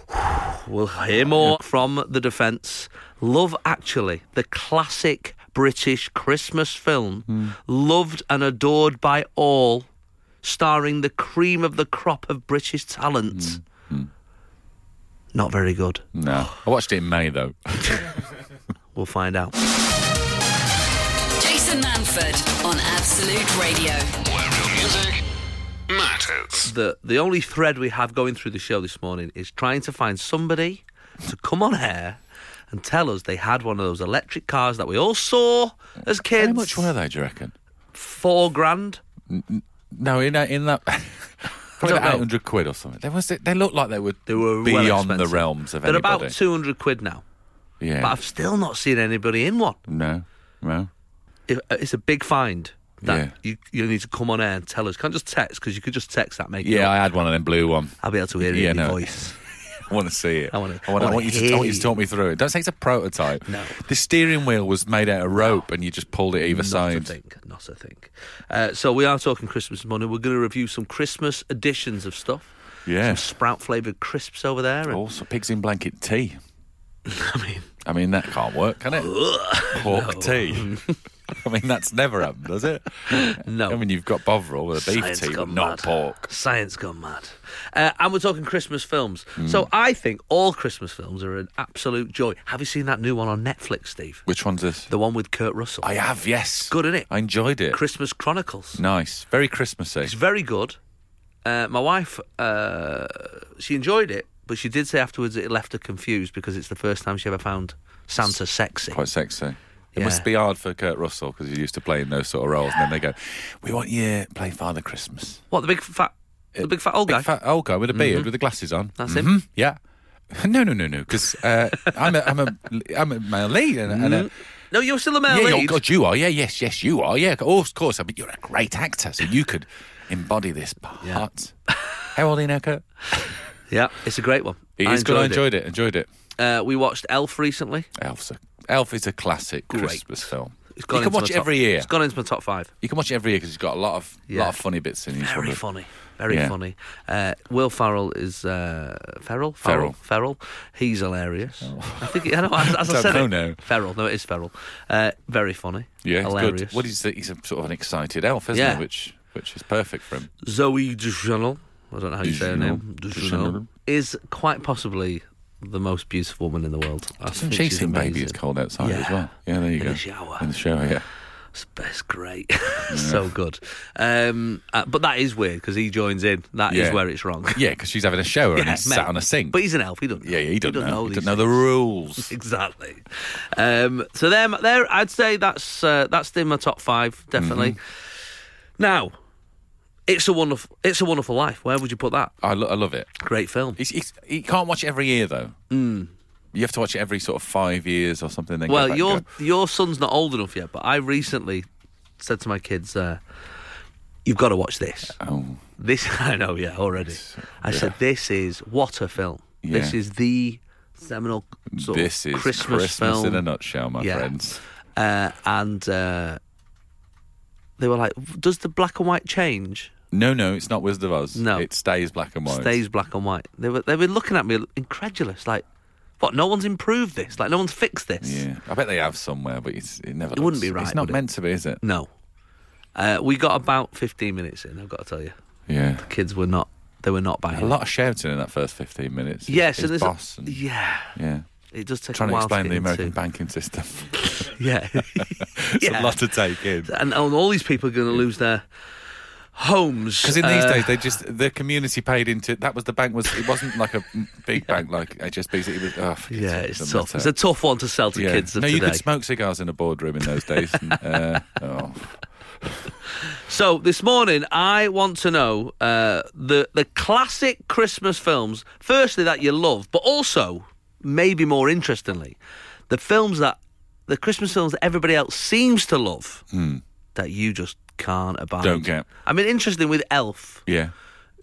Speaker 3: We'll hear more from the defence. Love Actually, the classic British Christmas film,
Speaker 4: Hmm.
Speaker 3: loved and adored by all, starring the cream of the crop of British talent.
Speaker 4: Hmm.
Speaker 3: Not very good.
Speaker 4: No. I watched it in May, though.
Speaker 3: We'll find out.
Speaker 2: Jason Manford on Absolute Radio.
Speaker 1: Where real music matters.
Speaker 3: The the only thread we have going through the show this morning is trying to find somebody to come on air and tell us they had one of those electric cars that we all saw as kids.
Speaker 4: How much were they, do you reckon?
Speaker 3: Four grand.
Speaker 4: No, in that, in that probably
Speaker 3: I don't know.
Speaker 4: about 800 quid or something. They, was, they looked like they were,
Speaker 3: They were well
Speaker 4: beyond the
Speaker 3: expensive.
Speaker 4: realms of
Speaker 3: They're
Speaker 4: anybody.
Speaker 3: about two hundred quid now,
Speaker 4: yeah.
Speaker 3: but I've still not seen anybody in one.
Speaker 4: No, no.
Speaker 3: It- uh, It's a big find. That
Speaker 4: Yeah.
Speaker 3: you you need to come on air and tell us. Can't just text because you could just text that. Make it
Speaker 4: Yeah,
Speaker 3: up.
Speaker 4: I had one of them blue one.
Speaker 3: I'll be able to hear it
Speaker 4: Yeah,
Speaker 3: in your
Speaker 4: no.
Speaker 3: voice.
Speaker 4: I want to see it.
Speaker 3: I wanna-
Speaker 4: I want,
Speaker 3: I
Speaker 4: I
Speaker 3: wanna
Speaker 4: want you
Speaker 3: hear
Speaker 4: to. I want you
Speaker 3: you.
Speaker 4: to talk me through it. Don't say it's a prototype.
Speaker 3: No.
Speaker 4: The steering wheel was made out of rope, and you just pulled it either
Speaker 3: Not a
Speaker 4: side.
Speaker 3: thing. Not a thing. Uh, so we are talking Christmas money. We're going to review some Christmas editions of stuff.
Speaker 4: Yeah. Oh,
Speaker 3: Some sprout flavoured crisps over there. And,
Speaker 4: Also, pigs in blanket tea.
Speaker 3: I mean,
Speaker 4: I mean, that can't work, can it? Pork tea. I mean, that's never happened, does it?
Speaker 3: no.
Speaker 4: I mean, you've got Bovril with a beef
Speaker 3: Science
Speaker 4: tea, but
Speaker 3: gone
Speaker 4: not
Speaker 3: mad.
Speaker 4: pork.
Speaker 3: Science gone mad. Uh, and we're talking Christmas films.
Speaker 4: Hmm.
Speaker 3: So I think all Christmas films are an absolute joy. Have you seen that new one on Netflix, Steve?
Speaker 4: Which one's this?
Speaker 3: The one with Kurt Russell.
Speaker 4: I have, yes.
Speaker 3: Good, innit?
Speaker 4: I enjoyed it.
Speaker 3: Christmas Chronicles.
Speaker 4: nice. Very Christmassy.
Speaker 3: It's very good. Uh, my wife, uh, she enjoyed it, but she did say afterwards it left her confused because it's the first time she ever found Santa sexy.
Speaker 4: Quite sexy. It
Speaker 3: Yeah.
Speaker 4: must be hard for Kurt Russell because he's used to playing those sort of roles, and then they go, "We want you to play Father Christmas."
Speaker 3: What the big fat, the big fat old
Speaker 4: Big
Speaker 3: guy?
Speaker 4: fat old guy with a beard with the glasses on.
Speaker 3: Mm-hmm. That's
Speaker 4: Mhm,
Speaker 3: him?
Speaker 4: Yeah. No, no, no, no. Because uh, I'm a, I'm a, I'm a male lead, and, and a,
Speaker 3: No, you're still a Mm-hmm. male
Speaker 4: yeah, oh
Speaker 3: lead.
Speaker 4: God, you are. Yeah, yes, yes, you are. Yeah, oh, of course. I mean, you're a great actor, so you could embody this part. How old are you now, Kurt?
Speaker 3: Yeah, it's a great one.
Speaker 4: It
Speaker 3: I
Speaker 4: is good. I
Speaker 3: enjoyed
Speaker 4: enjoyed it. Enjoyed it.
Speaker 3: it. Uh, we watched Elf recently.
Speaker 4: Elf's a, Elf is a classic
Speaker 3: Great.
Speaker 4: Christmas film.
Speaker 3: It's
Speaker 4: You
Speaker 3: gone
Speaker 4: can
Speaker 3: into my
Speaker 4: watch it
Speaker 3: top-
Speaker 4: every year.
Speaker 3: It's gone into my top five.
Speaker 4: You can watch it every year because it's got a lot of
Speaker 3: Yeah.
Speaker 4: lot of funny bits in it.
Speaker 3: Very
Speaker 4: Probably.
Speaker 3: funny. Very
Speaker 4: Yeah.
Speaker 3: funny. Uh, Will Farrell is uh, Ferrell.
Speaker 4: Ferrell.
Speaker 3: Ferrell. He's hilarious. I think. I know. As, as I
Speaker 4: Don't
Speaker 3: said,
Speaker 4: know
Speaker 3: it,
Speaker 4: now.
Speaker 3: Ferrell. No, it is Ferrell. Uh, very funny.
Speaker 4: Yeah, it's
Speaker 3: hilarious.
Speaker 4: good. What is that? He's a sort of an excited elf, isn't
Speaker 3: Yeah.
Speaker 4: he? Which which is perfect for him.
Speaker 3: Zoe Deschanel. I don't know how you say her
Speaker 4: Deschanel.
Speaker 3: name. Deschanel
Speaker 4: Deschanel.
Speaker 3: is quite possibly the most beautiful woman in the world. I
Speaker 4: Some
Speaker 3: think she's
Speaker 4: chasing baby.
Speaker 3: amazing.
Speaker 4: It's cold outside
Speaker 3: Yeah.
Speaker 4: as well. Yeah, there you
Speaker 3: In
Speaker 4: go.
Speaker 3: the shower.
Speaker 4: In the shower. Yeah.
Speaker 3: It's, it's great. so good. Um, uh, but that is weird because he joins in. That is
Speaker 4: Yeah.
Speaker 3: where it's wrong.
Speaker 4: Yeah, because she's having a shower and he's
Speaker 3: mate.
Speaker 4: sat on a sink.
Speaker 3: But he's an elf. He doesn't.
Speaker 4: yeah, yeah, he doesn't
Speaker 3: doesn't
Speaker 4: know. He
Speaker 3: these
Speaker 4: doesn't know the rules.
Speaker 3: exactly. Um, so there, there. I'd say that's uh, that's in my top five, definitely.
Speaker 4: Mm-hmm.
Speaker 3: Now, it's a wonderful, it's a wonderful life. Where would you put that?
Speaker 4: I, lo- I love it.
Speaker 3: Great film.
Speaker 4: He's, he's, he can't watch it every year though. Mm. You have to watch it every sort of five years or something. Then go back
Speaker 3: Hmm. Well,
Speaker 4: and
Speaker 3: your
Speaker 4: go,
Speaker 3: your son's not old enough yet, but I recently said to my kids, uh, "You've got to watch this.
Speaker 4: oh,
Speaker 3: This I know, yeah, already." I said, "This is what a film. This
Speaker 4: Yeah.
Speaker 3: is the seminal sort of
Speaker 4: this is
Speaker 3: Christmas,
Speaker 4: Christmas,
Speaker 3: film
Speaker 4: in a nutshell, my
Speaker 3: Yeah.
Speaker 4: friends.
Speaker 3: uh, and uh, they were like, "Does the black and white change?
Speaker 4: No, no, it's not Wizard of Oz.
Speaker 3: No.
Speaker 4: it stays black and white.
Speaker 3: Stays black and white." They were they were looking at me incredulous, like, "What? No one's improved this. Like, no one's fixed this.
Speaker 4: Yeah, I bet they have somewhere, but it's, it never.
Speaker 3: It wouldn't
Speaker 4: looks-
Speaker 3: be right,
Speaker 4: It's not
Speaker 3: would it? Mm.
Speaker 4: meant to be, is it?
Speaker 3: No." Uh, we got about 15 minutes in. I've got to tell you,
Speaker 4: Yeah.
Speaker 3: kids were not they were not buying.
Speaker 4: A
Speaker 3: it.
Speaker 4: lot of shouting in that first 15 minutes. His-
Speaker 3: Yes,
Speaker 4: his
Speaker 3: and there's
Speaker 4: boss and-
Speaker 3: yeah.
Speaker 4: yeah.
Speaker 3: It does take
Speaker 4: Trying
Speaker 3: a
Speaker 4: to
Speaker 3: while
Speaker 4: explain
Speaker 3: to
Speaker 4: the
Speaker 3: get
Speaker 4: American
Speaker 3: into.
Speaker 4: banking system.
Speaker 3: Yeah,
Speaker 4: it's
Speaker 3: Yeah.
Speaker 4: a lot to take in.
Speaker 3: and, and all these people are going to lose their homes
Speaker 4: Because in these
Speaker 3: uh,
Speaker 4: days, they just the community paid into that was the bank was it wasn't like a big bank like HSBC. It was oh, forget
Speaker 3: Yeah,
Speaker 4: it, it
Speaker 3: it's
Speaker 4: doesn't
Speaker 3: tough. It's
Speaker 4: matter.
Speaker 3: a tough one to sell to
Speaker 4: Yeah.
Speaker 3: kids of
Speaker 4: no,
Speaker 3: today.
Speaker 4: you could smoke cigars in a boardroom in those days. and, uh, oh.
Speaker 3: So this morning, I want to know uh, the the classic Christmas films. Firstly, that you love, but also maybe more interestingly, the films that the Christmas films that everybody else seems to love that you just can't abide.
Speaker 4: Hmm. Don't get.
Speaker 3: I mean, interesting with Elf,
Speaker 4: Yeah,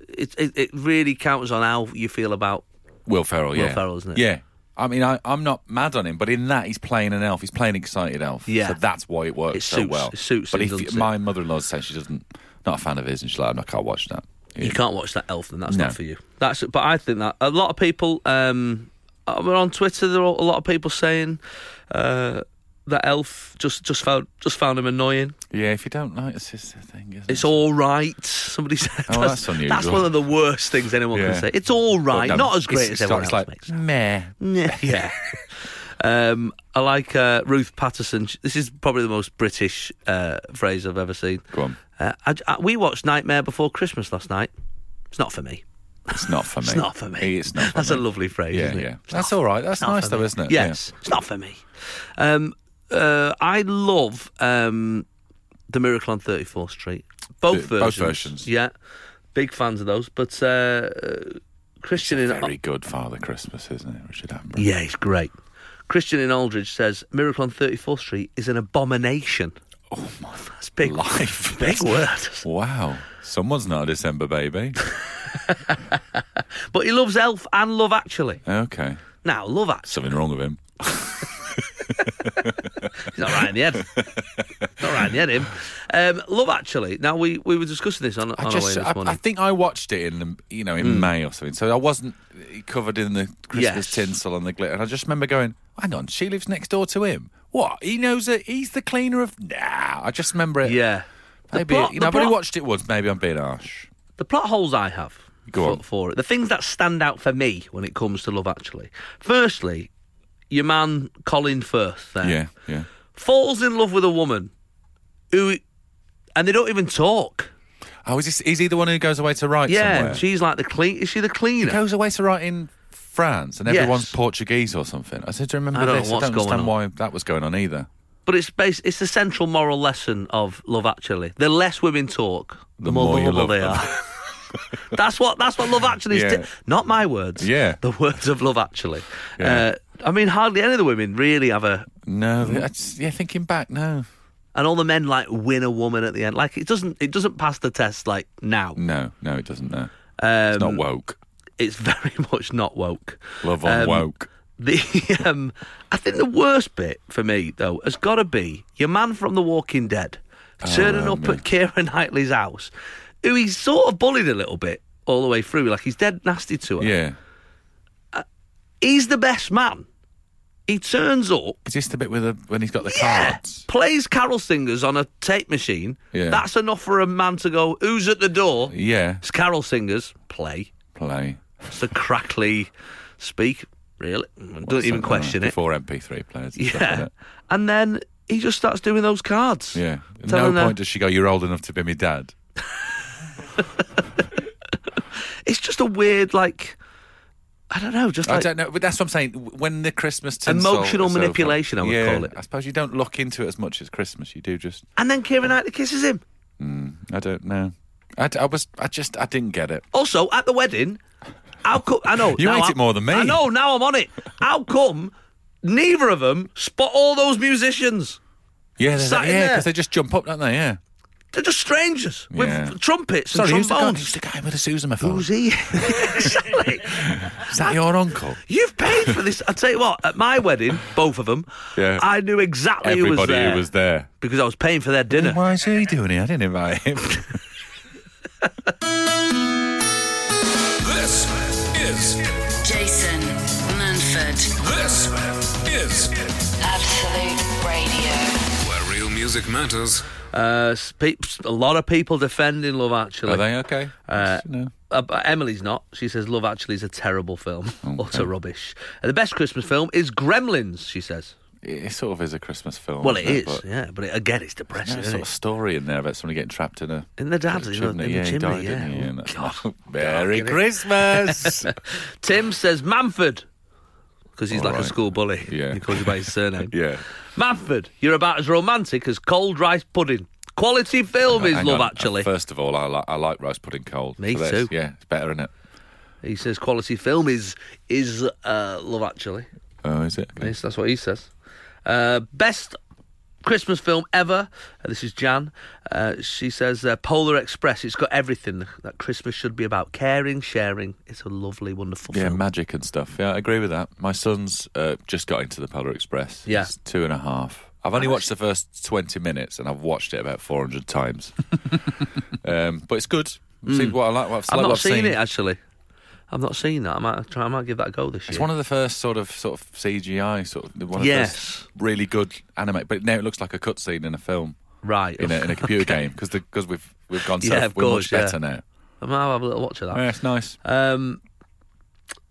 Speaker 3: it, it it really counts on how you feel about.
Speaker 4: Will Ferrell. Yeah,
Speaker 3: Ferrell, isn't it?
Speaker 4: Yeah. I mean, I, I'm not mad on him, but in that he's playing an elf. He's playing excited elf.
Speaker 3: Yeah.
Speaker 4: so that's why it works
Speaker 3: It
Speaker 4: so
Speaker 3: suits-
Speaker 4: well.
Speaker 3: it suits
Speaker 4: But
Speaker 3: him,
Speaker 4: if
Speaker 3: doesn't it?
Speaker 4: my mother-in-law says she doesn't, not a fan of his, and she's like, I can't watch that.
Speaker 3: You can't watch that Elf, then that's
Speaker 4: No.
Speaker 3: not for you. That's but I think that a lot of people um, uh, we're on Twitter. There are a lot of people saying uh, that Elf just just found just found him annoying.
Speaker 4: Yeah, if you don't like it's just a thing, isn't
Speaker 3: It's
Speaker 4: it?
Speaker 3: all right. Somebody said
Speaker 4: Oh, that's unusual.
Speaker 3: That's one of the worst things anyone
Speaker 4: Yeah.
Speaker 3: can say. It's all right.
Speaker 4: No,
Speaker 3: not as great
Speaker 4: it's-
Speaker 3: as everyone
Speaker 4: it's
Speaker 3: else
Speaker 4: like,
Speaker 3: makes.
Speaker 4: Meh.
Speaker 3: Yeah. yeah. um, I like uh, Ruth Patterson. Sh- This is probably the most British uh, phrase I've ever seen.
Speaker 4: Go on.
Speaker 3: Uh, I, I- we watched Nightmare Before Christmas last night. It's not for me.
Speaker 4: It's not for me.
Speaker 3: It's not for me.
Speaker 4: It's not for
Speaker 3: That's
Speaker 4: me.
Speaker 3: a lovely phrase,
Speaker 4: Yeah,
Speaker 3: isn't it?
Speaker 4: yeah. That's all right. That's
Speaker 3: Not
Speaker 4: nice
Speaker 3: for
Speaker 4: though,
Speaker 3: me.
Speaker 4: isn't it? Yeah.
Speaker 3: Yes, it's not for me. Um, uh, I love um, the Miracle on Thirty Fourth Street. Both
Speaker 4: The-
Speaker 3: versions.
Speaker 4: both versions.
Speaker 3: Yeah, big fans of those. But uh, uh, Christian in
Speaker 4: Very good Father Christmas, isn't it, Richard Attenborough?
Speaker 3: yeah, he's great. Christian in Aldridge says Miracle on Thirty Fourth Street is an abomination.
Speaker 4: Oh my
Speaker 3: That's big.
Speaker 4: life.
Speaker 3: Big word.
Speaker 4: Wow. Someone's not a December baby.
Speaker 3: But he loves Elf and Love Actually.
Speaker 4: Okay.
Speaker 3: Now, Love Actually.
Speaker 4: Something wrong with him.
Speaker 3: He's not right in the head. not right in the head, him. Um, Love Actually. Now, we, we were discussing this on, on
Speaker 4: I
Speaker 3: our way
Speaker 4: just,
Speaker 3: this
Speaker 4: I,
Speaker 3: morning. Hmm.
Speaker 4: I think I watched it in the, you know, in May or something. So I wasn't uh, covered in the Christmas
Speaker 3: Yes.
Speaker 4: tinsel and the glitter. And I just remember going, hang on, she lives next door to him. What? He knows that he's the cleaner of. Nah. I just remember it.
Speaker 3: yeah. The
Speaker 4: Maybe
Speaker 3: plot-
Speaker 4: you
Speaker 3: the
Speaker 4: know, I've only
Speaker 3: plot-
Speaker 4: watched it once. Maybe I'm being harsh.
Speaker 3: the plot holes I have
Speaker 4: Go
Speaker 3: for,
Speaker 4: on.
Speaker 3: for it, the things that stand out for me when it comes to Love Actually. Firstly, your man Colin Firth there
Speaker 4: Yeah, yeah.
Speaker 3: falls in love with a woman who, and they don't even talk.
Speaker 4: Oh, is, this, is he the one who goes away to write
Speaker 3: Yeah,
Speaker 4: somewhere?
Speaker 3: she's like the clean. Is she the cleaner?
Speaker 4: goes away to write in France, and
Speaker 3: Yes.
Speaker 4: everyone's Portuguese or something. I said, do you remember
Speaker 3: I don't know
Speaker 4: this?
Speaker 3: what's
Speaker 4: I don't understand
Speaker 3: going on.
Speaker 4: why that was going on either.
Speaker 3: But it's bas it's the central moral lesson of Love Actually. The less women talk, the,
Speaker 4: The
Speaker 3: more,
Speaker 4: more you
Speaker 3: lovable
Speaker 4: love
Speaker 3: they
Speaker 4: them.
Speaker 3: are. that's what that's what Love Actually is.
Speaker 4: Yeah.
Speaker 3: di- Not my words.
Speaker 4: Yeah.
Speaker 3: the words of Love Actually.
Speaker 4: Yeah.
Speaker 3: Uh, I mean, hardly any of the women really have a,
Speaker 4: No,
Speaker 3: Mm-hmm.
Speaker 4: that's, yeah, thinking back, no,
Speaker 3: and all the men like win a woman at the end. Like it doesn't it doesn't pass the test. Like now,
Speaker 4: no, no, it doesn't. No,
Speaker 3: um,
Speaker 4: it's not woke.
Speaker 3: it's very much not woke.
Speaker 4: Love on
Speaker 3: um,
Speaker 4: woke.
Speaker 3: The um, I think the worst bit for me though has got to be your man from The Walking Dead
Speaker 4: Oh,
Speaker 3: turning up at Kira Knightley's house, who he's sort of bullied a little bit all the way through. Like he's dead nasty to her.
Speaker 4: Yeah,
Speaker 3: He's the best man. He turns up,
Speaker 4: is this the bit with the, when he's got the cards?
Speaker 3: plays carol singers on a tape machine.
Speaker 4: Yeah.
Speaker 3: That's enough for a man to go. Who's at the door?
Speaker 4: Yeah,
Speaker 3: It's carol singers. Play.
Speaker 4: play.
Speaker 3: It's the crackly speak. Really, don't
Speaker 4: Something
Speaker 3: even
Speaker 4: like
Speaker 3: question it.
Speaker 4: Before MP3 players. And stuff
Speaker 3: Yeah.
Speaker 4: like that.
Speaker 3: And then he just starts doing those cards.
Speaker 4: yeah. At no
Speaker 3: Telling
Speaker 4: point
Speaker 3: her-
Speaker 4: does she go. You're old enough to be my dad.
Speaker 3: It's just a weird, like, I don't know, just
Speaker 4: I
Speaker 3: like.
Speaker 4: don't know, but that's what I'm saying. When the Christmas tinsel
Speaker 3: Emotional
Speaker 4: is over-
Speaker 3: manipulation, I would
Speaker 4: Yeah,
Speaker 3: call it.
Speaker 4: I suppose you don't look into it as much as Christmas. You do just
Speaker 3: And then Kieran Knightley kisses him.
Speaker 4: I don't know. I, d- I was. I just. I didn't get it.
Speaker 3: Also, at the wedding, how come. I know.
Speaker 4: You
Speaker 3: now
Speaker 4: hate
Speaker 3: I-
Speaker 4: it more than me.
Speaker 3: I know, now I'm on it. How come neither of them spot all those musicians?
Speaker 4: Yeah,
Speaker 3: Sat
Speaker 4: they're-
Speaker 3: in
Speaker 4: yeah,
Speaker 3: there.
Speaker 4: because they just jump up, don't they? Yeah.
Speaker 3: They're just strangers
Speaker 4: Yeah.
Speaker 3: with trumpets and
Speaker 4: Sorry, who's the guy?
Speaker 3: trombones.
Speaker 4: Who's the guy with the sousaphone?
Speaker 3: Who's he? Exactly.
Speaker 4: Is that your uncle?
Speaker 3: You've paid for this. I tell you what, at my wedding, both of them,
Speaker 4: Yeah.
Speaker 3: I knew exactly who was
Speaker 4: Everybody
Speaker 3: there
Speaker 4: who was Oh, there.
Speaker 3: because I was paying for their dinner.
Speaker 4: Why is he doing it? I didn't invite him.
Speaker 1: This is
Speaker 2: Jason Manford,
Speaker 1: this is
Speaker 2: Absolute Radio.
Speaker 1: where real music matters.
Speaker 3: Uh, s- peeps, a lot of people defending Love Actually.
Speaker 4: Are they okay?
Speaker 3: Uh,
Speaker 4: no.
Speaker 3: Uh, but Emily's not. She says Love Actually is a terrible film, utter rubbish. Uh, the best Christmas film is Gremlins. She says.
Speaker 4: It it sort of is a Christmas film.
Speaker 3: Well, it
Speaker 4: isn't
Speaker 3: is,
Speaker 4: But
Speaker 3: yeah. But it, again, it's
Speaker 4: there's
Speaker 3: depressing.
Speaker 4: a
Speaker 3: isn't
Speaker 4: sort of
Speaker 3: it?
Speaker 4: story in there about somebody getting trapped in a.
Speaker 3: In the dad, in the-
Speaker 4: chimney.
Speaker 3: in the
Speaker 4: yeah, he
Speaker 3: chimney,
Speaker 4: died,
Speaker 3: yeah.
Speaker 4: didn't he?
Speaker 3: Oh,
Speaker 4: And that's-
Speaker 3: God.
Speaker 4: Merry Christmas.
Speaker 3: Tim says Manford because he's
Speaker 4: All
Speaker 3: like
Speaker 4: right.
Speaker 3: a school bully.
Speaker 4: Yeah.
Speaker 3: he calls you by his surname.
Speaker 4: yeah.
Speaker 3: Manford, you're about as romantic as cold rice pudding. Quality film is
Speaker 4: Hang
Speaker 3: Love
Speaker 4: on.
Speaker 3: Actually.
Speaker 4: First of all, I like I like rice pudding cold.
Speaker 3: Me
Speaker 4: so that's-
Speaker 3: too.
Speaker 4: Yeah, it's better, isn't it?
Speaker 3: He says quality film is is uh, Love Actually.
Speaker 4: Oh, is it? Okay.
Speaker 3: Yes, that's what he says. Uh, best Christmas film ever. Uh, this is Jan. Uh, she says uh, Polar Express. It's got everything that Christmas should be about: caring, sharing. It's a lovely, wonderful
Speaker 4: Yeah,
Speaker 3: film.
Speaker 4: magic and stuff. Yeah, I agree with that. My son's uh, just got into the Polar Express.
Speaker 3: Yeah.
Speaker 4: He's two and a half. I've only watched the first 20 minutes and I've watched it about 400 times. um, but it's good. See what I like. What I've,
Speaker 3: Hmm. I've not
Speaker 4: I've
Speaker 3: seen,
Speaker 4: seen
Speaker 3: it actually. I've not seen that. I might try. I might give that a go this year.
Speaker 4: It's one of the first sort of sort of CGI sort of one of
Speaker 3: Yes.
Speaker 4: those really good anime, but now it looks like a cutscene in a film
Speaker 3: right.
Speaker 4: in a, in a computer game because because we've we've gone so
Speaker 3: Yeah, of
Speaker 4: we're
Speaker 3: course,
Speaker 4: much
Speaker 3: yeah. Uh,
Speaker 4: better now.
Speaker 3: I might have a little watch of that.
Speaker 4: Yeah, it's nice.
Speaker 3: Um,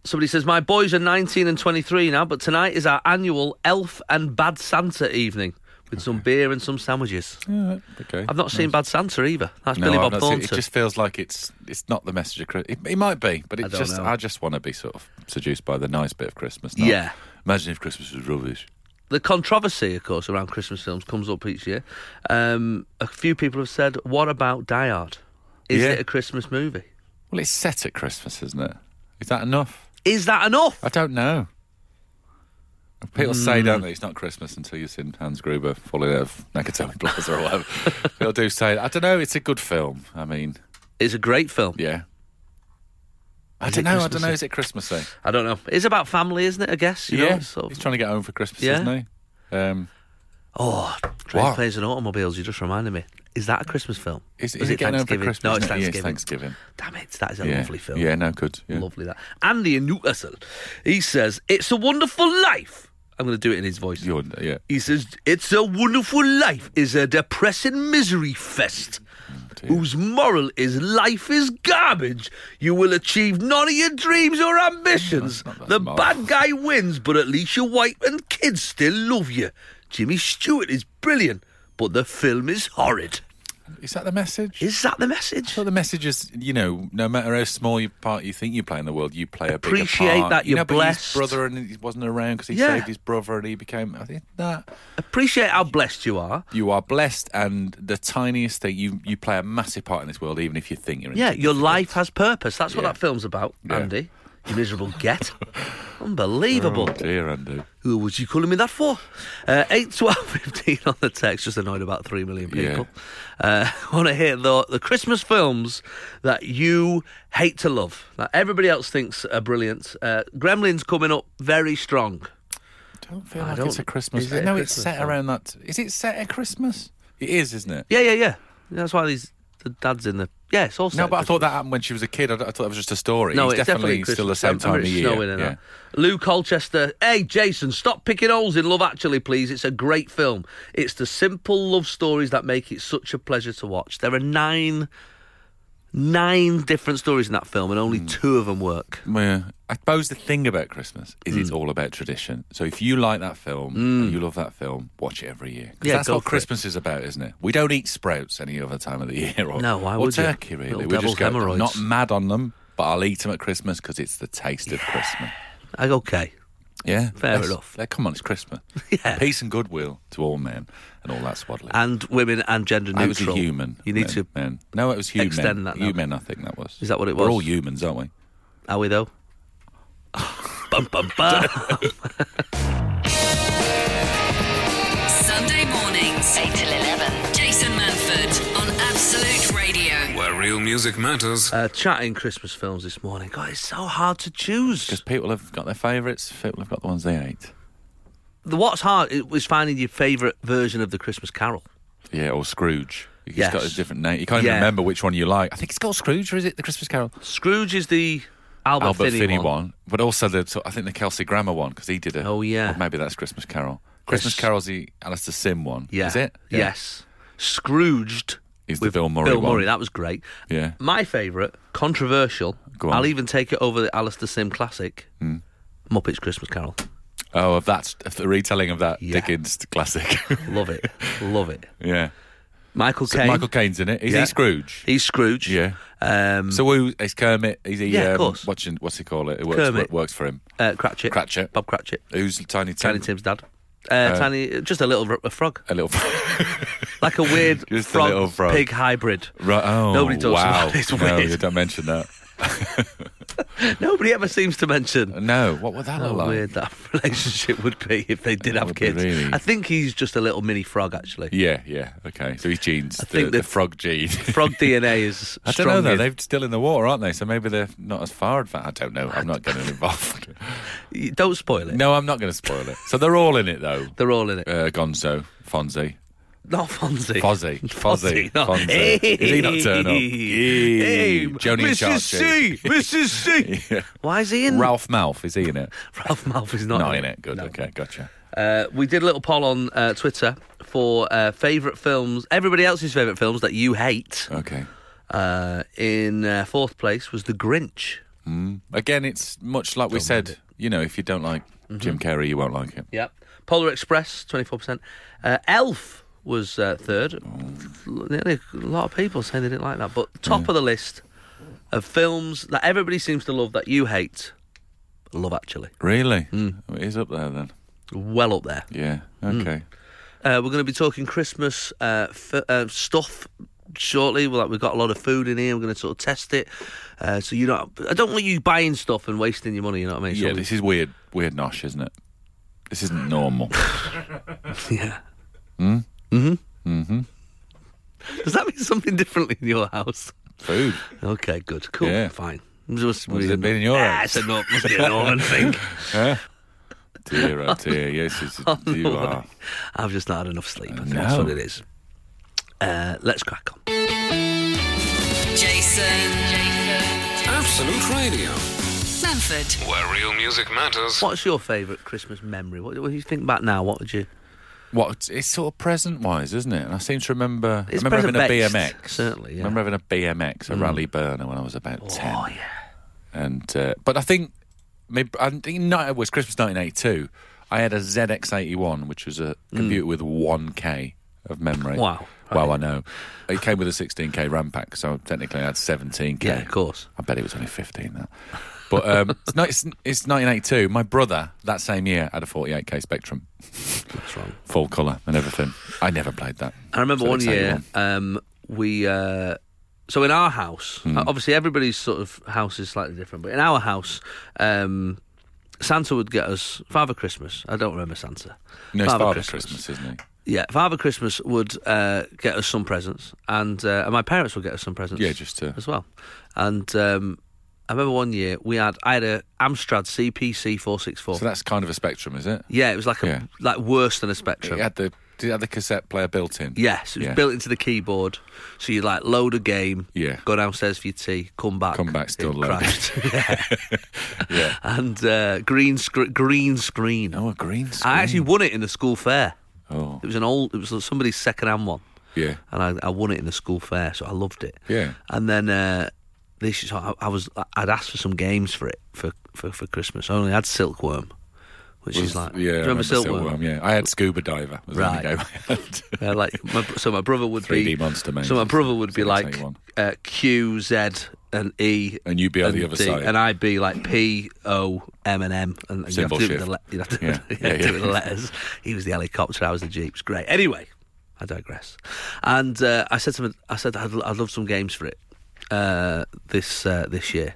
Speaker 3: somebody says, My boys are 19 and 23 now, but tonight is our annual Elf and Bad Santa evening with some beer and some sandwiches.
Speaker 4: Yeah, okay.
Speaker 3: I've not seen Bad Santa either. That's
Speaker 4: No,
Speaker 3: Billy
Speaker 4: I've
Speaker 3: Bob
Speaker 4: not seen-
Speaker 3: Thornton.
Speaker 4: It just feels like it's it's not the message of Christmas. It, it might be, but it's
Speaker 3: don't
Speaker 4: just
Speaker 3: know.
Speaker 4: I just want to be sort of seduced by the nice bit of Christmas. not,
Speaker 3: Yeah.
Speaker 4: Imagine if Christmas was rubbish.
Speaker 3: The controversy, of course, around Christmas films comes up each year. Um, a few people have said, What about Die Hard? Is
Speaker 4: Yeah.
Speaker 3: it a Christmas movie?
Speaker 4: Well, it's set at Christmas, isn't it? Is that enough?
Speaker 3: Is that enough?
Speaker 4: I don't know. People say,
Speaker 3: Mm.
Speaker 4: don't they, it's not Christmas until you've seen Hans Gruber falling out of Nakatomi Plaza or whatever. People do say, I don't know, it's a good film. I mean,
Speaker 3: It's a great film.
Speaker 4: yeah. I
Speaker 3: Is
Speaker 4: don't
Speaker 3: it
Speaker 4: know, I don't know,
Speaker 3: Christmassy?
Speaker 4: is it Christmassy?
Speaker 3: I don't know. It's about family, isn't it? I guess. You know,
Speaker 4: yeah.
Speaker 3: it's sort of-
Speaker 4: He's trying to get home for Christmas,
Speaker 3: Yeah.
Speaker 4: isn't he? Um,
Speaker 3: Oh, Train
Speaker 4: Wow.
Speaker 3: Planes and Automobiles, you just reminded me. Is that a Christmas film?
Speaker 4: is,
Speaker 3: Or
Speaker 4: is, it getting home for Christmas?
Speaker 3: No, it's
Speaker 4: Yeah,
Speaker 3: Thanksgiving.
Speaker 4: Thanksgiving.
Speaker 3: Damn it, that is a
Speaker 4: yeah.
Speaker 3: lovely film.
Speaker 4: Yeah, no, good. Yeah.
Speaker 3: Lovely that. Andy in Newcastle, he says, It's a wonderful life. I'm going to do it in his voice.
Speaker 4: You're, yeah.
Speaker 3: He says, It's a Wonderful Life is a depressing misery fest
Speaker 4: Oh, dear.
Speaker 3: whose moral is life is garbage. You will achieve none of your dreams or ambitions.
Speaker 4: That's not- that's
Speaker 3: the
Speaker 4: moral.
Speaker 3: bad guy wins, but at least your wife and kids still love you. Jimmy Stewart is brilliant, but the film is horrid.
Speaker 4: Is that the message?
Speaker 3: Is that the message?
Speaker 4: So the message is, you know, no matter how small your part you think you play in the world, you play a bigger
Speaker 3: Appreciate
Speaker 4: part.
Speaker 3: that
Speaker 4: You know,
Speaker 3: you're
Speaker 4: but
Speaker 3: blessed.
Speaker 4: His brother and he wasn't around because he
Speaker 3: Yeah.
Speaker 4: saved his brother and he became. I think that
Speaker 3: Appreciate how blessed you are.
Speaker 4: you are blessed, and the tiniest thing you you play a massive part in this world, even if you think you're.
Speaker 3: Yeah, your
Speaker 4: insignificant.
Speaker 3: life has purpose. That's what
Speaker 4: Yeah.
Speaker 3: that film's about,
Speaker 4: Yeah.
Speaker 3: Andy. You miserable get. Unbelievable.
Speaker 4: Oh dear, Andrew.
Speaker 3: Who was you calling me that for? Uh, 8, 12, 15 on the text. Just annoyed about 3 million
Speaker 4: Yeah.
Speaker 3: people. Uh, want to hear the, the Christmas films that you hate to love, that everybody else thinks are brilliant. Uh, Gremlins coming up very strong.
Speaker 4: Don't feel
Speaker 3: I
Speaker 4: like it's
Speaker 3: don't-
Speaker 4: a Christmas.
Speaker 3: is it a
Speaker 4: no, it's
Speaker 3: Christmas
Speaker 4: set
Speaker 3: film?
Speaker 4: around that. Is it set at Christmas? It is, isn't it?
Speaker 3: Yeah, yeah, yeah. That's why these the dad's in the. Yeah, it's all set
Speaker 4: No, but I
Speaker 3: Christmas.
Speaker 4: thought that happened when she was a kid. I, I thought it was just a story.
Speaker 3: No,
Speaker 4: He's
Speaker 3: it's definitely,
Speaker 4: still the
Speaker 3: Christmas.
Speaker 4: same
Speaker 3: I
Speaker 4: time of
Speaker 3: remember it's
Speaker 4: year.
Speaker 3: snowing and
Speaker 4: yeah.
Speaker 3: that. Lou Colchester. Hey, Jason, stop picking holes in Love Actually, please. It's a great film. It's the simple love stories that make it such a pleasure to watch. There are nine, nine different stories in that film, and
Speaker 4: Hmm.
Speaker 3: only two of them work.
Speaker 4: Yeah. I suppose the thing about Christmas is
Speaker 3: Mm.
Speaker 4: it's all about tradition. So if you like that film and you love that film, watch it every year. 'Cause
Speaker 3: Yeah,
Speaker 4: that's
Speaker 3: go
Speaker 4: what
Speaker 3: for it.
Speaker 4: Christmas is about, isn't it? We don't eat sprouts any other time of the year, or
Speaker 3: No, why
Speaker 4: or
Speaker 3: would you?
Speaker 4: turkey really.
Speaker 3: Little
Speaker 4: we
Speaker 3: devil's
Speaker 4: just go,
Speaker 3: hemorrhoids.
Speaker 4: I'm not mad on them, but I'll eat them at Christmas because it's the taste of Christmas.
Speaker 3: I go, okay.
Speaker 4: Yeah,
Speaker 3: Fair
Speaker 4: Let's-
Speaker 3: enough.
Speaker 4: let- come on, it's Christmas.
Speaker 3: Yeah.
Speaker 4: peace and goodwill to all men and all that swaddling.
Speaker 3: And women and gender
Speaker 4: I was
Speaker 3: neutral.
Speaker 4: a human.
Speaker 3: You need
Speaker 4: men,
Speaker 3: to.
Speaker 4: Men. No, it was human.
Speaker 3: extend that now.
Speaker 4: Human, I think that was.
Speaker 3: Is that what it
Speaker 4: We're
Speaker 3: was?
Speaker 4: all humans, aren't we?
Speaker 3: Are we though? bum, bum, bum.
Speaker 2: Sunday mornings, 8 till 11. Jason Manford on Absolute Radio.
Speaker 1: Where real music matters.
Speaker 3: Uh, chatting Christmas films this morning. God, it's so hard to choose.
Speaker 4: Because people have got their favourites. People have got the ones they hate.
Speaker 3: The what's hard i- was finding your favourite version of the Christmas Carol.
Speaker 4: Yeah, or Scrooge. He's
Speaker 3: Yes.
Speaker 4: got a different name. You can't
Speaker 3: Yeah.
Speaker 4: even remember which one you like. Oh, I think it's called Scrooge, or is it the Christmas Carol?
Speaker 3: Scrooge is the Albert,
Speaker 4: Albert
Speaker 3: Finney, one.
Speaker 4: but also the so I think the Kelsey Grammer one because he did a.
Speaker 3: Oh, yeah.
Speaker 4: or maybe that's Christmas Carol. Christmas
Speaker 3: Yes.
Speaker 4: Carol's the Alistair Sim one.
Speaker 3: Yeah.
Speaker 4: is it?
Speaker 3: Yes. Scrooged.
Speaker 4: Is the
Speaker 3: with
Speaker 4: Bill Murray
Speaker 3: Bill
Speaker 4: one.
Speaker 3: Murray, that was great.
Speaker 4: Yeah.
Speaker 3: My favourite, controversial.
Speaker 4: Go on. Hmm.
Speaker 3: I'll even take it over the Alistair Sim classic. Muppets Christmas Carol.
Speaker 4: Oh, of that of the retelling of that
Speaker 3: Yeah.
Speaker 4: Dickens classic.
Speaker 3: Love it. Love it.
Speaker 4: yeah,
Speaker 3: Michael
Speaker 4: So
Speaker 3: Caine.
Speaker 4: Michael Caine's in it. Is
Speaker 3: Yeah.
Speaker 4: he Scrooge?
Speaker 3: He's Scrooge.
Speaker 4: Yeah.
Speaker 3: Um,
Speaker 4: so who is Kermit? Is he?
Speaker 3: Yeah, of
Speaker 4: um,
Speaker 3: course.
Speaker 4: Watching what's he call it? It works,
Speaker 3: Kermit.
Speaker 4: wo- works for him.
Speaker 3: uh, Cratchit.
Speaker 4: Cratchit.
Speaker 3: Bob Cratchit.
Speaker 4: Who's Tiny Tim?
Speaker 3: Tiny Tim's dad. Uh, tiny, just a little r- a frog,
Speaker 4: A little.
Speaker 3: like a weird
Speaker 4: Just a
Speaker 3: frog,
Speaker 4: little frog.
Speaker 3: pig hybrid.
Speaker 4: right. Oh,
Speaker 3: Nobody talks
Speaker 4: wow.
Speaker 3: about it. It's
Speaker 4: No,
Speaker 3: weird.
Speaker 4: you don't mention that.
Speaker 3: Nobody ever seems to mention
Speaker 4: No, what would that
Speaker 3: How
Speaker 4: look like?
Speaker 3: weird that relationship would be if they did
Speaker 4: That
Speaker 3: have
Speaker 4: would be
Speaker 3: kids.
Speaker 4: really-
Speaker 3: I think he's just a little mini frog, actually.
Speaker 4: Yeah, yeah. Okay, so his genes, the,
Speaker 3: think
Speaker 4: the
Speaker 3: that-
Speaker 4: frog gene.
Speaker 3: Frog DNA is.
Speaker 4: I don't
Speaker 3: strong
Speaker 4: know though.
Speaker 3: in-
Speaker 4: They're still in the water, aren't they? So maybe they're not as far advanced. I don't know. I'm not getting involved.
Speaker 3: You Don't spoil it.
Speaker 4: no, I'm not going to spoil it. So they're all in it though.
Speaker 3: They're all in it.
Speaker 4: Uh, Gonzo, Fonzie,
Speaker 3: Not Fonzie.
Speaker 4: Fozzie. Fozzie.
Speaker 3: not-
Speaker 4: Fonzie. Is he not turn up?
Speaker 3: Hey,
Speaker 4: Yee. Joni and
Speaker 3: Mrs.
Speaker 4: Shark
Speaker 3: C. Mrs. C. Why is he in?
Speaker 4: Ralph Mouth, is he in it?
Speaker 3: Ralph Mouth is not,
Speaker 4: Not in it. Good. Okay, gotcha.
Speaker 3: Uh, we did a little poll on uh, Twitter for uh, favourite films, everybody else's favourite films that you hate.
Speaker 4: Okay.
Speaker 3: Uh, in uh, fourth place was The Grinch.
Speaker 4: Again, it's much like we said, you know, if you don't like Jim Carrey, you won't like it.
Speaker 3: Yep. Polar Express, 24%. Uh, Elf was uh, third. Nearly A lot of people saying they didn't like that. But top of the list of films that everybody seems to love that you hate, Love Actually.
Speaker 4: Really? Oh, It is up there then.
Speaker 3: Well up there.
Speaker 4: Yeah. Okay.
Speaker 3: Uh, we're going to be talking Christmas uh, f- uh, stuff shortly. Well, like, we've got a lot of food in here. We're going to sort of test it. Uh, so you know, I don't want you buying stuff and wasting your money. You know what I mean? So
Speaker 4: Yeah, this is weird, weird nosh, isn't it? This isn't normal.
Speaker 3: yeah. Mm. Mm-hmm. Does that mean something differently in your house?
Speaker 4: Food.
Speaker 3: Okay, good, cool,
Speaker 4: Yeah.
Speaker 3: fine. Must
Speaker 4: What has it been in your
Speaker 3: ah,
Speaker 4: house?
Speaker 3: it's a nor- must be a Norman thing.
Speaker 4: Dear, oh dear. Yes, it's, you are.
Speaker 3: I've just not had enough sleep. I think
Speaker 4: No.
Speaker 3: That's what it is. Uh, let's crack on.
Speaker 2: Jason. Jason.
Speaker 1: Absolute Radio,
Speaker 2: Manford.
Speaker 1: where real music matters.
Speaker 3: What's your favourite Christmas memory? What, what do you think back now? What would you?
Speaker 4: What it's- it's sort of present wise, isn't it? And I seem to remember. I
Speaker 3: It's
Speaker 4: remember having a
Speaker 3: present-based,
Speaker 4: BMX.
Speaker 3: certainly, yeah.
Speaker 4: I remember having a BMX, a rally burner, when I was about ten.
Speaker 3: Oh yeah.
Speaker 4: And uh, but I think, maybe, I think no, it was Christmas 1982. I had a ZX81, which was a computer with one K of memory.
Speaker 3: Hmm. Wow.
Speaker 4: Wow, I know. It came with a 16K RAM pack, so technically I had 17K.
Speaker 3: Yeah, of course.
Speaker 4: I bet it was only 15 that. But um, it's, not, it's, it's 1982. My brother that same year had a 48K Spectrum,
Speaker 3: That's wrong.
Speaker 4: full colour and everything. I never played that.
Speaker 3: I remember
Speaker 4: So
Speaker 3: one
Speaker 4: it's
Speaker 3: year
Speaker 4: 81.
Speaker 3: um, we. Uh, so in our house,
Speaker 4: Hmm.
Speaker 3: uh, obviously everybody's sort of house is slightly different, but in our house, um, Santa would get us Father Christmas. I don't remember Santa.
Speaker 4: No, it's Father Christmas, isn't it?
Speaker 3: Yeah, Father Christmas would uh, get us some presents, and, uh, and my parents would get us some presents.
Speaker 4: Yeah, just uh, to-
Speaker 3: as well. And um, I remember one year we had I had a Amstrad CPC four six four.
Speaker 4: So that's kind of a Spectrum, is it?
Speaker 3: Yeah, it was like a
Speaker 4: Yeah.
Speaker 3: like worse than a Spectrum.
Speaker 4: It had the, did it have the cassette player built in?
Speaker 3: Yes, it was
Speaker 4: Yeah.
Speaker 3: built into the keyboard, so you like load a game,
Speaker 4: Yeah.
Speaker 3: go downstairs for your tea, come back,
Speaker 4: Come back, still
Speaker 3: it
Speaker 4: loaded.
Speaker 3: crashed.
Speaker 4: Yeah.
Speaker 3: and uh, green sc- green screen.
Speaker 4: Oh, a green screen.
Speaker 3: I actually won it in the school fair.
Speaker 4: Oh,
Speaker 3: It was an old, it was somebody's second hand one,
Speaker 4: yeah.
Speaker 3: and I, I won it in the school fair, so I loved it.
Speaker 4: Yeah.
Speaker 3: and then uh, this is I, I was I'd asked for some games for it for for, for Christmas. I only had Silkworm, which is like
Speaker 4: yeah,
Speaker 3: do you
Speaker 4: I
Speaker 3: remember, Silkworm?
Speaker 4: Yeah, I had scuba diver. Was the
Speaker 3: Right.
Speaker 4: only game I had.
Speaker 3: Uh, like my, br- so my brother would
Speaker 4: 3D
Speaker 3: be
Speaker 4: monster maze.
Speaker 3: So my brother would
Speaker 4: So
Speaker 3: be
Speaker 4: that's
Speaker 3: like
Speaker 4: how you want.
Speaker 3: uh, Q Z and E,
Speaker 4: And you'd be on the other
Speaker 3: D,
Speaker 4: side.
Speaker 3: and I'd be like P O M and M, and you have to
Speaker 4: Symbol
Speaker 3: do it with the,
Speaker 4: shift.
Speaker 3: le- you'd have to,
Speaker 4: Yeah.
Speaker 3: you'd have
Speaker 4: Yeah,
Speaker 3: to do it
Speaker 4: yeah.
Speaker 3: with the letters. He was the helicopter, I was the jeeps. Great. Anyway, I digress. And uh, I said to him, I said I'd, I'd love some games for it uh, this uh, this year.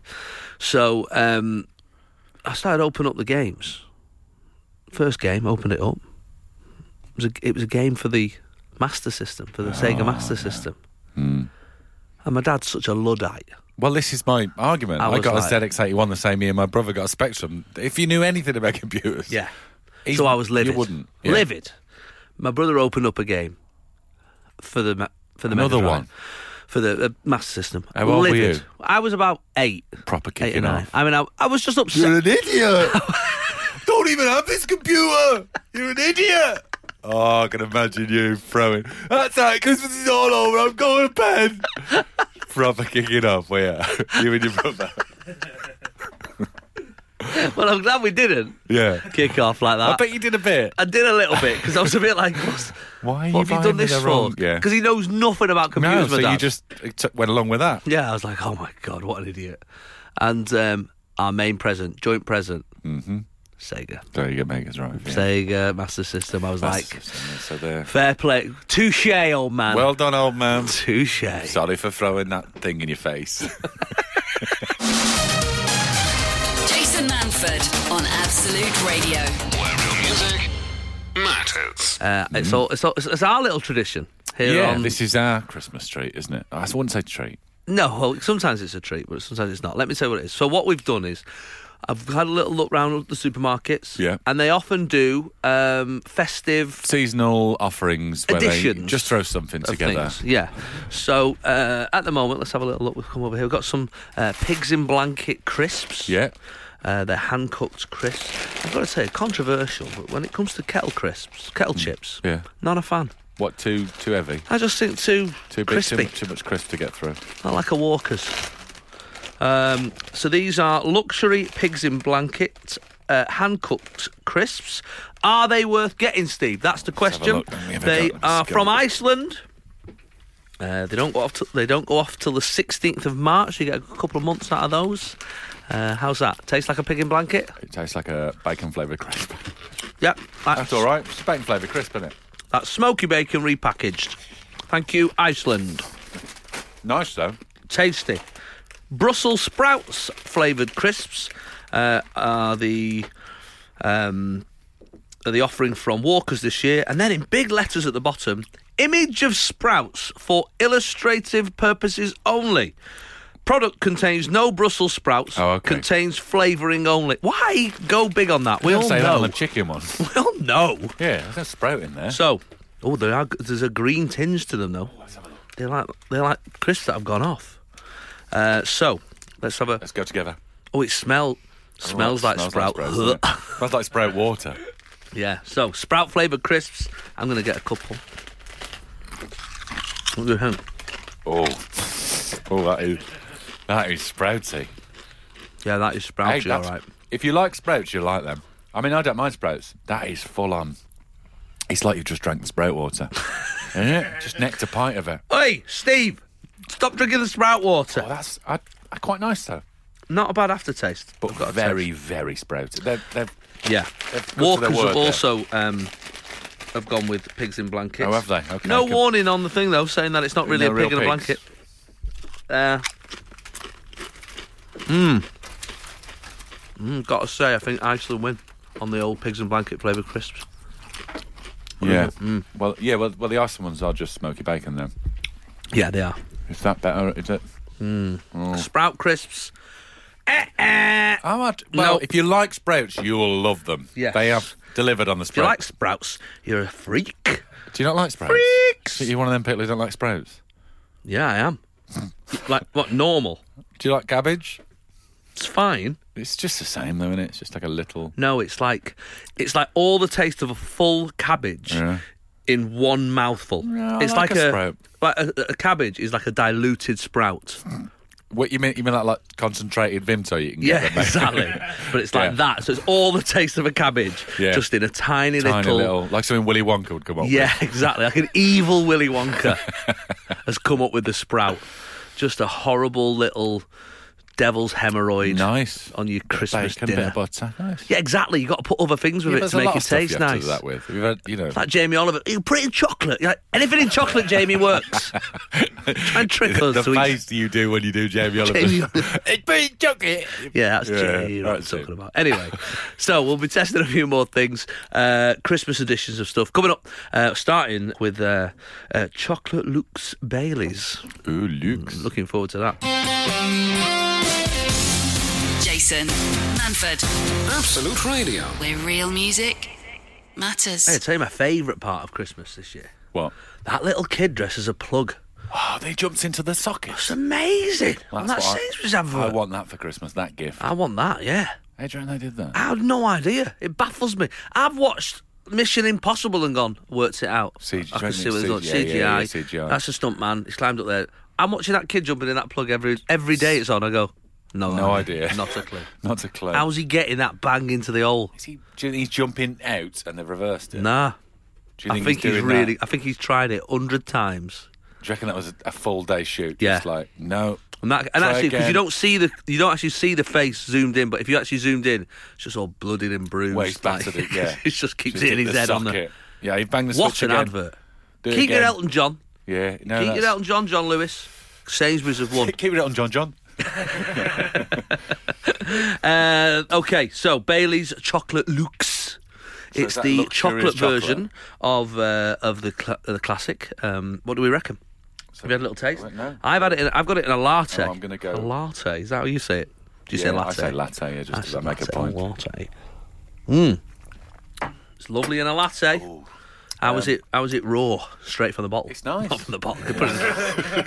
Speaker 3: So um, I started opening up the games. First game, opened it up. It was a, it was a game for the Master System, for the
Speaker 4: Ah,
Speaker 3: Sega Master System.
Speaker 4: Hmm.
Speaker 3: And my dad's such a luddite.
Speaker 4: Well, this is my argument.
Speaker 3: I
Speaker 4: I,
Speaker 3: was
Speaker 4: got
Speaker 3: like-
Speaker 4: a ZX81 the same year my brother got a Spectrum. If you knew anything about computers, He's-
Speaker 3: so I was livid.
Speaker 4: You wouldn't. Yeah.
Speaker 3: Livid. My brother opened up a game for the ma- for the Mega
Speaker 4: Another
Speaker 3: Drive,
Speaker 4: one?
Speaker 3: for the uh, Master System.
Speaker 4: How old were
Speaker 3: livid.
Speaker 4: you?
Speaker 3: I was about eight,
Speaker 4: Proper
Speaker 3: eight or
Speaker 4: kicking
Speaker 3: nine.
Speaker 4: off.
Speaker 3: I mean, I, I was just upset.
Speaker 4: an idiot. Don't even have this computer. You're an idiot. Oh, I can imagine you throwing. That's how Christmas is all over. I'm going to bed. Proper kicking off, yeah. You and your brother.
Speaker 3: well, I'm glad we didn't
Speaker 4: Yeah.
Speaker 3: kick off like that.
Speaker 4: I bet you did a bit.
Speaker 3: I did a little bit because I was a bit like, what's,
Speaker 4: Why are you
Speaker 3: Uh, what have you
Speaker 4: buying
Speaker 3: done
Speaker 4: me
Speaker 3: this
Speaker 4: the
Speaker 3: for?
Speaker 4: wrong-
Speaker 3: Because
Speaker 4: Yeah.
Speaker 3: he knows nothing about
Speaker 4: No,
Speaker 3: computers.
Speaker 4: so
Speaker 3: my
Speaker 4: you
Speaker 3: dad.
Speaker 4: just t- went along with that.
Speaker 3: Yeah, I was like, oh my god, what an idiot. And um, our main present, joint present, mm-hmm. Sega,
Speaker 4: There you go, Megas right. Yeah.
Speaker 3: Sega Master System. I was
Speaker 4: That's
Speaker 3: like, um,
Speaker 4: the system, so there.
Speaker 3: fair play, touche, old man.
Speaker 4: Well done, old man.
Speaker 3: touche.
Speaker 4: Sorry for throwing that thing in your face.
Speaker 2: Jason Manford on Absolute Radio.
Speaker 1: Where real music matters.
Speaker 3: Uh, it's, all, it's all it's it's our little tradition here.
Speaker 4: Mm. yeah,
Speaker 3: on,
Speaker 4: this is our Christmas treat, isn't it? I wouldn't say treat.
Speaker 3: no, well, sometimes it's a treat, but sometimes it's not. Let me tell you what it is. So what we've done is. I've had a little look round the supermarkets.
Speaker 4: Yeah.
Speaker 3: And they often do um, festive
Speaker 4: Seasonal offerings where they
Speaker 3: Additions
Speaker 4: just throw something together.
Speaker 3: things. Yeah. So uh, at the moment, let's have a little look. We've come over here. We've got some uh, pigs in blanket crisps.
Speaker 4: Yeah.
Speaker 3: Uh, they're hand cooked crisps. I've got to say, controversial, but when it comes to kettle crisps, kettle chips,
Speaker 4: Mm. Yeah.
Speaker 3: not a fan.
Speaker 4: What too too heavy?
Speaker 3: I just think too,
Speaker 4: Too big,
Speaker 3: crispy.
Speaker 4: too, too much crisp to get through.
Speaker 3: Not like a Walker's. Um, so these are luxury pigs in blanket, uh, hand cooked crisps. Are they worth getting, Steve? That's the
Speaker 4: Let's have a
Speaker 3: question.
Speaker 4: look. Let me have a
Speaker 3: They
Speaker 4: go. Let's
Speaker 3: are
Speaker 4: go.
Speaker 3: from Iceland. Uh, they don't go off. T- they don't go off till the 16th of March. You get a couple of months out of those. Uh, how's that? Tastes like a pig in blanket.
Speaker 4: It tastes like a bacon flavoured crisp.
Speaker 3: Yep, that's,
Speaker 4: That's all right. It's bacon flavoured crisp, isn't it?
Speaker 3: That's smoky bacon repackaged. Thank you, Iceland.
Speaker 4: Nice though.
Speaker 3: tasty. Brussels sprouts flavoured crisps uh, are the um, are the offering from Walkers this year, and then in big letters at the bottom, image of sprouts for illustrative purposes only. Product contains no Brussels sprouts.
Speaker 4: Oh, okay.
Speaker 3: Contains flavouring only. Why go big on that? We all
Speaker 4: say that on
Speaker 3: know.
Speaker 4: the chicken one.
Speaker 3: We all know.
Speaker 4: yeah, there's no sprout in there.
Speaker 3: So, oh, there are, there's a green tinge to them though. They like they like crisps that have gone off. Uh, so let's have a.
Speaker 4: Let's go together.
Speaker 3: Oh, it smell smells
Speaker 4: Oh,
Speaker 3: like sprout.
Speaker 4: sprouts, doesn't it? smells like sprout water.
Speaker 3: yeah. So sprout flavored crisps. I'm gonna get a couple. What do you think?
Speaker 4: Oh, oh, that is that is sprouty.
Speaker 3: Yeah, that is
Speaker 4: Hey,
Speaker 3: sprouty. all
Speaker 4: that's-
Speaker 3: right.
Speaker 4: If you like sprouts, you'll like them. I mean, I don't mind sprouts. That is full on. It's like you've just drank the sprout water. Isn't it? Just necked a pint of it.
Speaker 3: Hey, Steve, stop drinking the sprout water.
Speaker 4: Oh, that's I, I, quite nice though.
Speaker 3: Not a bad aftertaste.
Speaker 4: But
Speaker 3: I've got a
Speaker 4: very, very sprouted. They're, they're,
Speaker 3: taste. Yeah.
Speaker 4: they've got to their
Speaker 3: Walkers
Speaker 4: word
Speaker 3: have
Speaker 4: there.
Speaker 3: also um, have gone with pigs in blankets.
Speaker 4: Oh, have they? Okay,
Speaker 3: no
Speaker 4: I can-
Speaker 3: warning on the thing though, saying that it's not really
Speaker 4: No
Speaker 3: a
Speaker 4: real
Speaker 3: pig in a blanket.
Speaker 4: pigs.
Speaker 3: Uh, mm. Mm, Hmm. gotta say, I think Iceland win on the old pigs and blanket flavoured crisps.
Speaker 4: Yeah.
Speaker 3: Mm.
Speaker 4: Well, yeah. Well, well, the Iceland ones are just smoky bacon then.
Speaker 3: Yeah, they are.
Speaker 4: Is that better? Is it?
Speaker 3: Sprout crisps.
Speaker 4: I might- well,
Speaker 3: Uh, No.
Speaker 4: if you like sprouts, you'll love them.
Speaker 3: Yes.
Speaker 4: They have delivered on the
Speaker 3: If you
Speaker 4: sprout.
Speaker 3: like sprouts, you're a freak.
Speaker 4: Do you not like sprouts?
Speaker 3: Freaks!
Speaker 4: Are you one of them people who don't like sprouts?
Speaker 3: Yeah, I am. like what? Normal.
Speaker 4: Do you like cabbage?
Speaker 3: It's fine.
Speaker 4: It's just the same though, isn't it? It's just like a little.
Speaker 3: No, it's like it's like all the taste of a full cabbage
Speaker 4: Yeah.
Speaker 3: in one mouthful.
Speaker 4: No, I
Speaker 3: it's
Speaker 4: like
Speaker 3: like,
Speaker 4: a
Speaker 3: a,
Speaker 4: sprout.
Speaker 3: like a, a cabbage is like a diluted sprout.
Speaker 4: What you mean? You mean like, like concentrated Vimto? You can get
Speaker 3: Yeah,
Speaker 4: them, mate.
Speaker 3: exactly. But it's like
Speaker 4: Yeah.
Speaker 3: that. So it's all the taste of a cabbage,
Speaker 4: Yeah.
Speaker 3: just in a tiny,
Speaker 4: Tiny little, like something Willy Wonka would come up
Speaker 3: Yeah, exactly. Like an evil Willy Wonka has come up with the sprout. Just a horrible little devil's hemorrhoid
Speaker 4: with. Nice.
Speaker 3: on your Christmas
Speaker 4: Bacon, bit
Speaker 3: dinner.
Speaker 4: of butter. Nice.
Speaker 3: Yeah, exactly. You've got to put other things with
Speaker 4: Yeah,
Speaker 3: it
Speaker 4: there's
Speaker 3: to
Speaker 4: a
Speaker 3: make
Speaker 4: lot
Speaker 3: it
Speaker 4: of stuff
Speaker 3: taste
Speaker 4: you have to do
Speaker 3: nice.
Speaker 4: That with You've had, you know,
Speaker 3: Like Jamie Oliver, you put it in chocolate. You're like, anything in chocolate, Jamie works. Try and trick us.
Speaker 4: the
Speaker 3: so we-
Speaker 4: face you do when you do Jamie Oliver.
Speaker 3: Jamie-
Speaker 4: it's pretty chocolate.
Speaker 3: Yeah, that's
Speaker 4: Yeah,
Speaker 3: Jamie what I'm
Speaker 4: that's it.
Speaker 3: talking about. Anyway, so we'll be testing a few more things, uh, Christmas editions of stuff coming up. Uh, starting with uh, uh, chocolate Luke's Baileys.
Speaker 4: Ooh, Luke's.
Speaker 3: Looking forward to that.
Speaker 2: Jason Manford,
Speaker 1: Absolute Radio.
Speaker 2: where real music matters.
Speaker 3: Hey, I tell you my favourite part of Christmas this year.
Speaker 4: What?
Speaker 3: That little kid dressed as a plug.
Speaker 4: Oh, they jumped into the socket.
Speaker 3: It's amazing. On Oh, that
Speaker 4: what I-
Speaker 3: Sainsbury's
Speaker 4: I
Speaker 3: advert.
Speaker 4: want that for Christmas, that gift.
Speaker 3: I want that, yeah.
Speaker 4: Hey, do you reckon they did that?
Speaker 3: I had no idea. It baffles me. I've watched Mission Impossible and gone, worked it out.
Speaker 4: CG,
Speaker 3: I
Speaker 4: don't
Speaker 3: can see
Speaker 4: you
Speaker 3: what it's
Speaker 4: think
Speaker 3: like.
Speaker 4: it's
Speaker 3: CGI.
Speaker 4: C- yeah, yeah, yeah, CGI.
Speaker 3: That's a stunt man. He's climbed up there. I'm watching that kid jumping in that plug every every day it's on. I go, no,
Speaker 4: No idea.
Speaker 3: Not a clue.
Speaker 4: Not a clue.
Speaker 3: How's he getting that bang into the hole?
Speaker 4: Is he, do you think he's jumping out and they've reversed it?
Speaker 3: Nah.
Speaker 4: Do you
Speaker 3: I think he's,
Speaker 4: doing that?
Speaker 3: really I think he's tried it hundred times.
Speaker 4: Do you reckon that was a, a full day shoot?
Speaker 3: Yeah.
Speaker 4: Just like, no.
Speaker 3: And, that, and
Speaker 4: Try
Speaker 3: actually, because you
Speaker 4: again.
Speaker 3: don't see the you don't actually see the face zoomed in, but if you actually zoomed in, it's just all bloodied and bruised.
Speaker 4: Well, he's battered it, yeah.
Speaker 3: it just keeps
Speaker 4: Just
Speaker 3: hitting
Speaker 4: hit
Speaker 3: his
Speaker 4: the
Speaker 3: head on the.
Speaker 4: socket. Yeah, he banged the
Speaker 3: What
Speaker 4: switch
Speaker 3: an
Speaker 4: again.
Speaker 3: advert!
Speaker 4: Do it
Speaker 3: Keep your
Speaker 4: again.
Speaker 3: Elton John.
Speaker 4: Yeah, no,
Speaker 3: Keep your
Speaker 4: that's-
Speaker 3: Elton John, John Lewis. Sainsbury's have won.
Speaker 4: Keep it on, John. John.
Speaker 3: Uh, okay, so Bailey's Chocolate Luxe.
Speaker 4: is
Speaker 3: It's
Speaker 4: that
Speaker 3: the
Speaker 4: luxurious
Speaker 3: chocolate,
Speaker 4: chocolate?
Speaker 3: version of uh, of the cl- the classic. Um, what do we reckon? Have you had a little taste?
Speaker 4: No.
Speaker 3: I've had it. In, I've got it in a latte.
Speaker 4: Oh, I'm gonna go-
Speaker 3: A latte. Is that how you say it? Do you
Speaker 4: yeah,
Speaker 3: say latte?
Speaker 4: I say latte. Yeah, just
Speaker 3: I
Speaker 4: to
Speaker 3: say
Speaker 4: make a
Speaker 3: latte,
Speaker 4: point.
Speaker 3: Latte. Mmm. It's lovely in a latte. How was it? How was it raw? Straight from the bottle.
Speaker 4: Um, It's nice.
Speaker 3: Not from the bottle. Could put it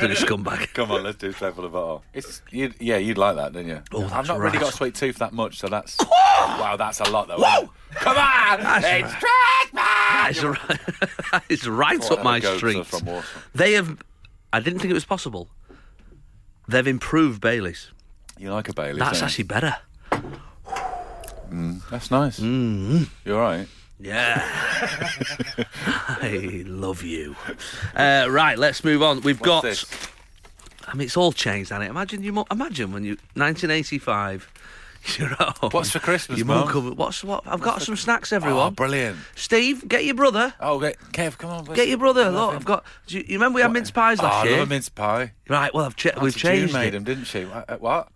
Speaker 3: in a scumbag.
Speaker 4: Come on, let's do straight from the bottle. It's you'd, yeah, you'd like that, didn't you?
Speaker 3: Oh,
Speaker 4: I've
Speaker 3: that's
Speaker 4: not really
Speaker 3: right.
Speaker 4: got a sweet tooth that much, so that's wow, that's a lot though. Whoa! Come on, it's
Speaker 3: That
Speaker 4: Christmas.
Speaker 3: is right. that is right
Speaker 4: Thought
Speaker 3: up
Speaker 4: I'd
Speaker 3: my
Speaker 4: go to-
Speaker 3: street.
Speaker 4: from Walsall.
Speaker 3: They have. I didn't think it was possible. They've improved Bailey's.
Speaker 4: You like a Bailey's?
Speaker 3: That's
Speaker 4: don't you?
Speaker 3: actually better.
Speaker 4: that's nice.
Speaker 3: Mm-hmm.
Speaker 4: You're right.
Speaker 3: Yeah. I love you. Uh, right, let's move on. We've got.
Speaker 4: What's this?
Speaker 3: I mean, it's all changed, Annie. Imagine you. mu- Imagine when you 1985. You're at home.
Speaker 4: What's for Christmas,
Speaker 3: Your mum
Speaker 4: Mum?
Speaker 3: come. What's what? I've got some snacks,
Speaker 4: Oh,
Speaker 3: everyone.
Speaker 4: brilliant.
Speaker 3: Steve, get your brother.
Speaker 4: Oh, okay. Kev, come on. let's-
Speaker 3: Get your brother. Look,
Speaker 4: Nothing.
Speaker 3: I've got. Do you, you remember we had mince pies
Speaker 4: Oh,
Speaker 3: last
Speaker 4: I
Speaker 3: year?
Speaker 4: love a mince pie.
Speaker 3: Right. Well, I've che-
Speaker 4: Auntie
Speaker 3: we've
Speaker 4: June
Speaker 3: changed
Speaker 4: made
Speaker 3: it.
Speaker 4: them, didn't she? Wha- uh, What?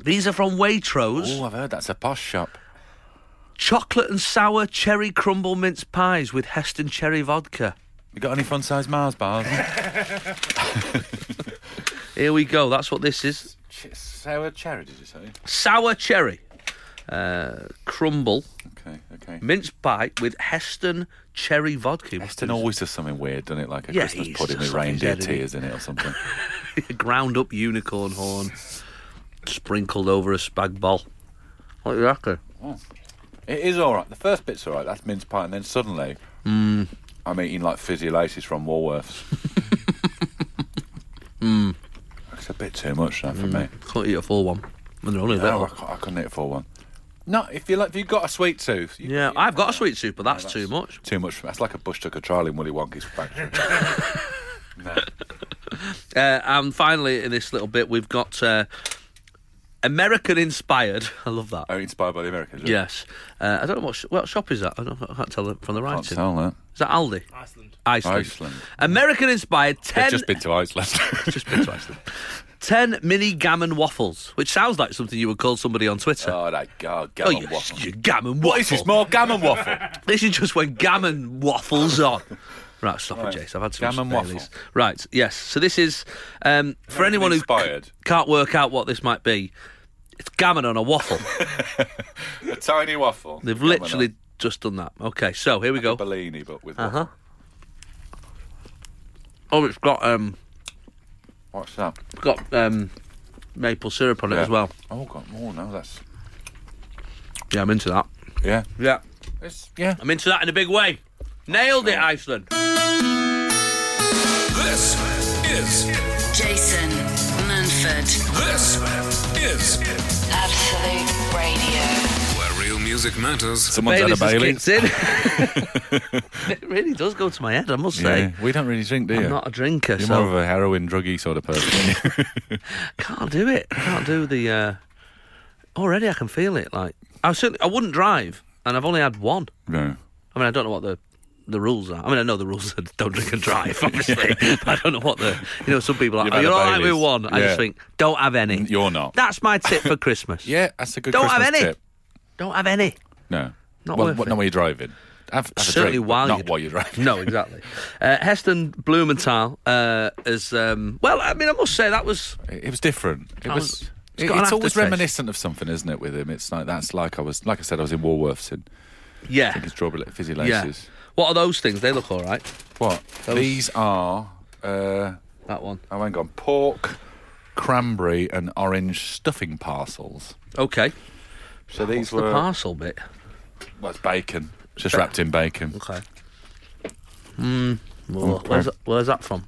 Speaker 3: These are from Waitrose.
Speaker 4: Oh, I've heard that's a posh shop.
Speaker 3: Chocolate and sour cherry crumble mince pies with Heston cherry vodka.
Speaker 4: You got any fun size Mars bars?
Speaker 3: Here we go. That's what this is.
Speaker 4: Ch- Sour cherry, did you say?
Speaker 3: sour cherry uh, crumble
Speaker 4: Okay, okay.
Speaker 3: mince pie with Heston cherry vodka.
Speaker 4: Heston always does something weird, doesn't it? Like a
Speaker 3: Yeah,
Speaker 4: Christmas
Speaker 3: he's
Speaker 4: pudding
Speaker 3: just
Speaker 4: with
Speaker 3: off his
Speaker 4: reindeer
Speaker 3: head, isn't he?
Speaker 4: tears in it or something.
Speaker 3: ground up unicorn horn sprinkled over a spag bol. What do you reckon?
Speaker 4: it is all right. The first bit's all right. That's mince pie, and then suddenly,
Speaker 3: Mm.
Speaker 4: I'm eating like fizzy laces from Woolworths. It's a bit too much, that, for me.
Speaker 3: Can't eat a full one when they're only
Speaker 4: No, I,
Speaker 3: little.
Speaker 4: can't- I couldn't eat it for one. No, if you like, if you've got a sweet tooth, you,
Speaker 3: Yeah, I've got a sweet tooth, but that's, too much.
Speaker 4: too much. That's like a bush tucker trial in Willy Wonka's factory. no.
Speaker 3: Uh, and finally, in this little bit, we've got uh, American inspired. I love that.
Speaker 4: Oh, inspired by the Americans. right?
Speaker 3: Yes. Uh, I don't know what, sh- what shop is that. I, don't, I can't tell from the
Speaker 4: can't
Speaker 3: writing.
Speaker 4: tell that.
Speaker 3: Is that Aldi?
Speaker 5: Iceland.
Speaker 3: Iceland.
Speaker 4: Iceland.
Speaker 3: American inspired 10
Speaker 4: I've just been to Iceland.
Speaker 3: just been to Iceland. Ten mini gammon waffles, which sounds like something you would call somebody on Twitter.
Speaker 4: oh, that
Speaker 3: oh,
Speaker 4: god, gammon
Speaker 3: you,
Speaker 4: waffle.
Speaker 3: you gammon
Speaker 4: What is
Speaker 3: waffle.
Speaker 4: this more gammon waffle?
Speaker 3: This is just when gammon waffles on. Right, stop
Speaker 4: Right.
Speaker 3: it, Jace. I've had some
Speaker 4: Gammon waffle.
Speaker 3: Right, yes. So this is um, for anyone who c-
Speaker 4: inspired.
Speaker 3: can't work out what this might be. It's gammon on a waffle.
Speaker 4: a tiny waffle.
Speaker 3: They've
Speaker 4: Gammon
Speaker 3: literally just done that. Okay, so here we
Speaker 4: waffle.
Speaker 3: go.
Speaker 4: Bellini, but with
Speaker 3: Uh
Speaker 4: waffle.
Speaker 3: huh. Oh, it's got um,
Speaker 4: What's that?
Speaker 3: it's got um, maple syrup on it
Speaker 4: Yeah.
Speaker 3: as well.
Speaker 4: Oh god, oh no, that's
Speaker 3: Yeah, I'm into that.
Speaker 4: yeah,
Speaker 3: Yeah.
Speaker 4: it's yeah.
Speaker 3: I'm into that in a big way. Nailed it, Iceland.
Speaker 1: This is
Speaker 2: Jason Manford,
Speaker 1: this is
Speaker 2: Absolute Radio.
Speaker 1: where real music matters.
Speaker 4: Someone's had a Bailey's.
Speaker 3: Baileys has kicked in. it really does go to my head, I must say.
Speaker 4: we don't really drink, do you?
Speaker 3: I'm not a drinker,
Speaker 4: You're
Speaker 3: so
Speaker 4: more of a heroin druggy sort of person. aren't you?
Speaker 3: can't do it. Can't do the. Uh... Already, I can feel it. Like I certainly, I wouldn't drive, and I've only had one.
Speaker 4: no.
Speaker 3: I mean, I don't know what the the rules are. I mean, I know the rules are don't drink and drive, obviously. but I don't know what the you know. Some people are.
Speaker 4: You've
Speaker 3: Like,
Speaker 4: had
Speaker 3: You're
Speaker 4: a
Speaker 3: all right with
Speaker 4: Baileys."
Speaker 3: one. I
Speaker 4: Yeah.
Speaker 3: just think don't have any.
Speaker 4: You're not.
Speaker 3: That's my tip for Christmas.
Speaker 4: Yeah, that's a good
Speaker 3: Don't have
Speaker 4: Christmas
Speaker 3: any.
Speaker 4: tip.
Speaker 3: Don't have any.
Speaker 4: No.
Speaker 3: Not
Speaker 4: well,
Speaker 3: worth
Speaker 4: what,
Speaker 3: it.
Speaker 4: not while you're driving. Have, have
Speaker 3: Certainly
Speaker 4: a drink, but
Speaker 3: while
Speaker 4: not
Speaker 3: you're-
Speaker 4: while you're driving.
Speaker 3: No, exactly. Uh, Heston Blumenthal uh, is um, well. I mean, I must say that was
Speaker 4: It it was different. It
Speaker 3: I
Speaker 4: was.
Speaker 3: was-
Speaker 4: it-
Speaker 3: it's
Speaker 4: It's,
Speaker 3: got an
Speaker 4: always
Speaker 3: aftertaste.
Speaker 4: reminiscent of something, isn't it? With him, it's like that's like I was, like I said, I was in Woolworths and
Speaker 3: yeah,
Speaker 4: drinking strawberry li- fizzy
Speaker 3: yeah.
Speaker 4: laces.
Speaker 3: What are those things? They look all right.
Speaker 4: What? These are. Uh,
Speaker 3: That one.
Speaker 4: oh, hang on. Pork, cranberry, and orange stuffing parcels.
Speaker 3: Okay.
Speaker 4: So these
Speaker 3: It's the
Speaker 4: were.
Speaker 3: parcel bit.
Speaker 4: well, it's bacon. It's just wrapped in bacon.
Speaker 3: Okay. Hmm. Well, Where's, that- where's that from?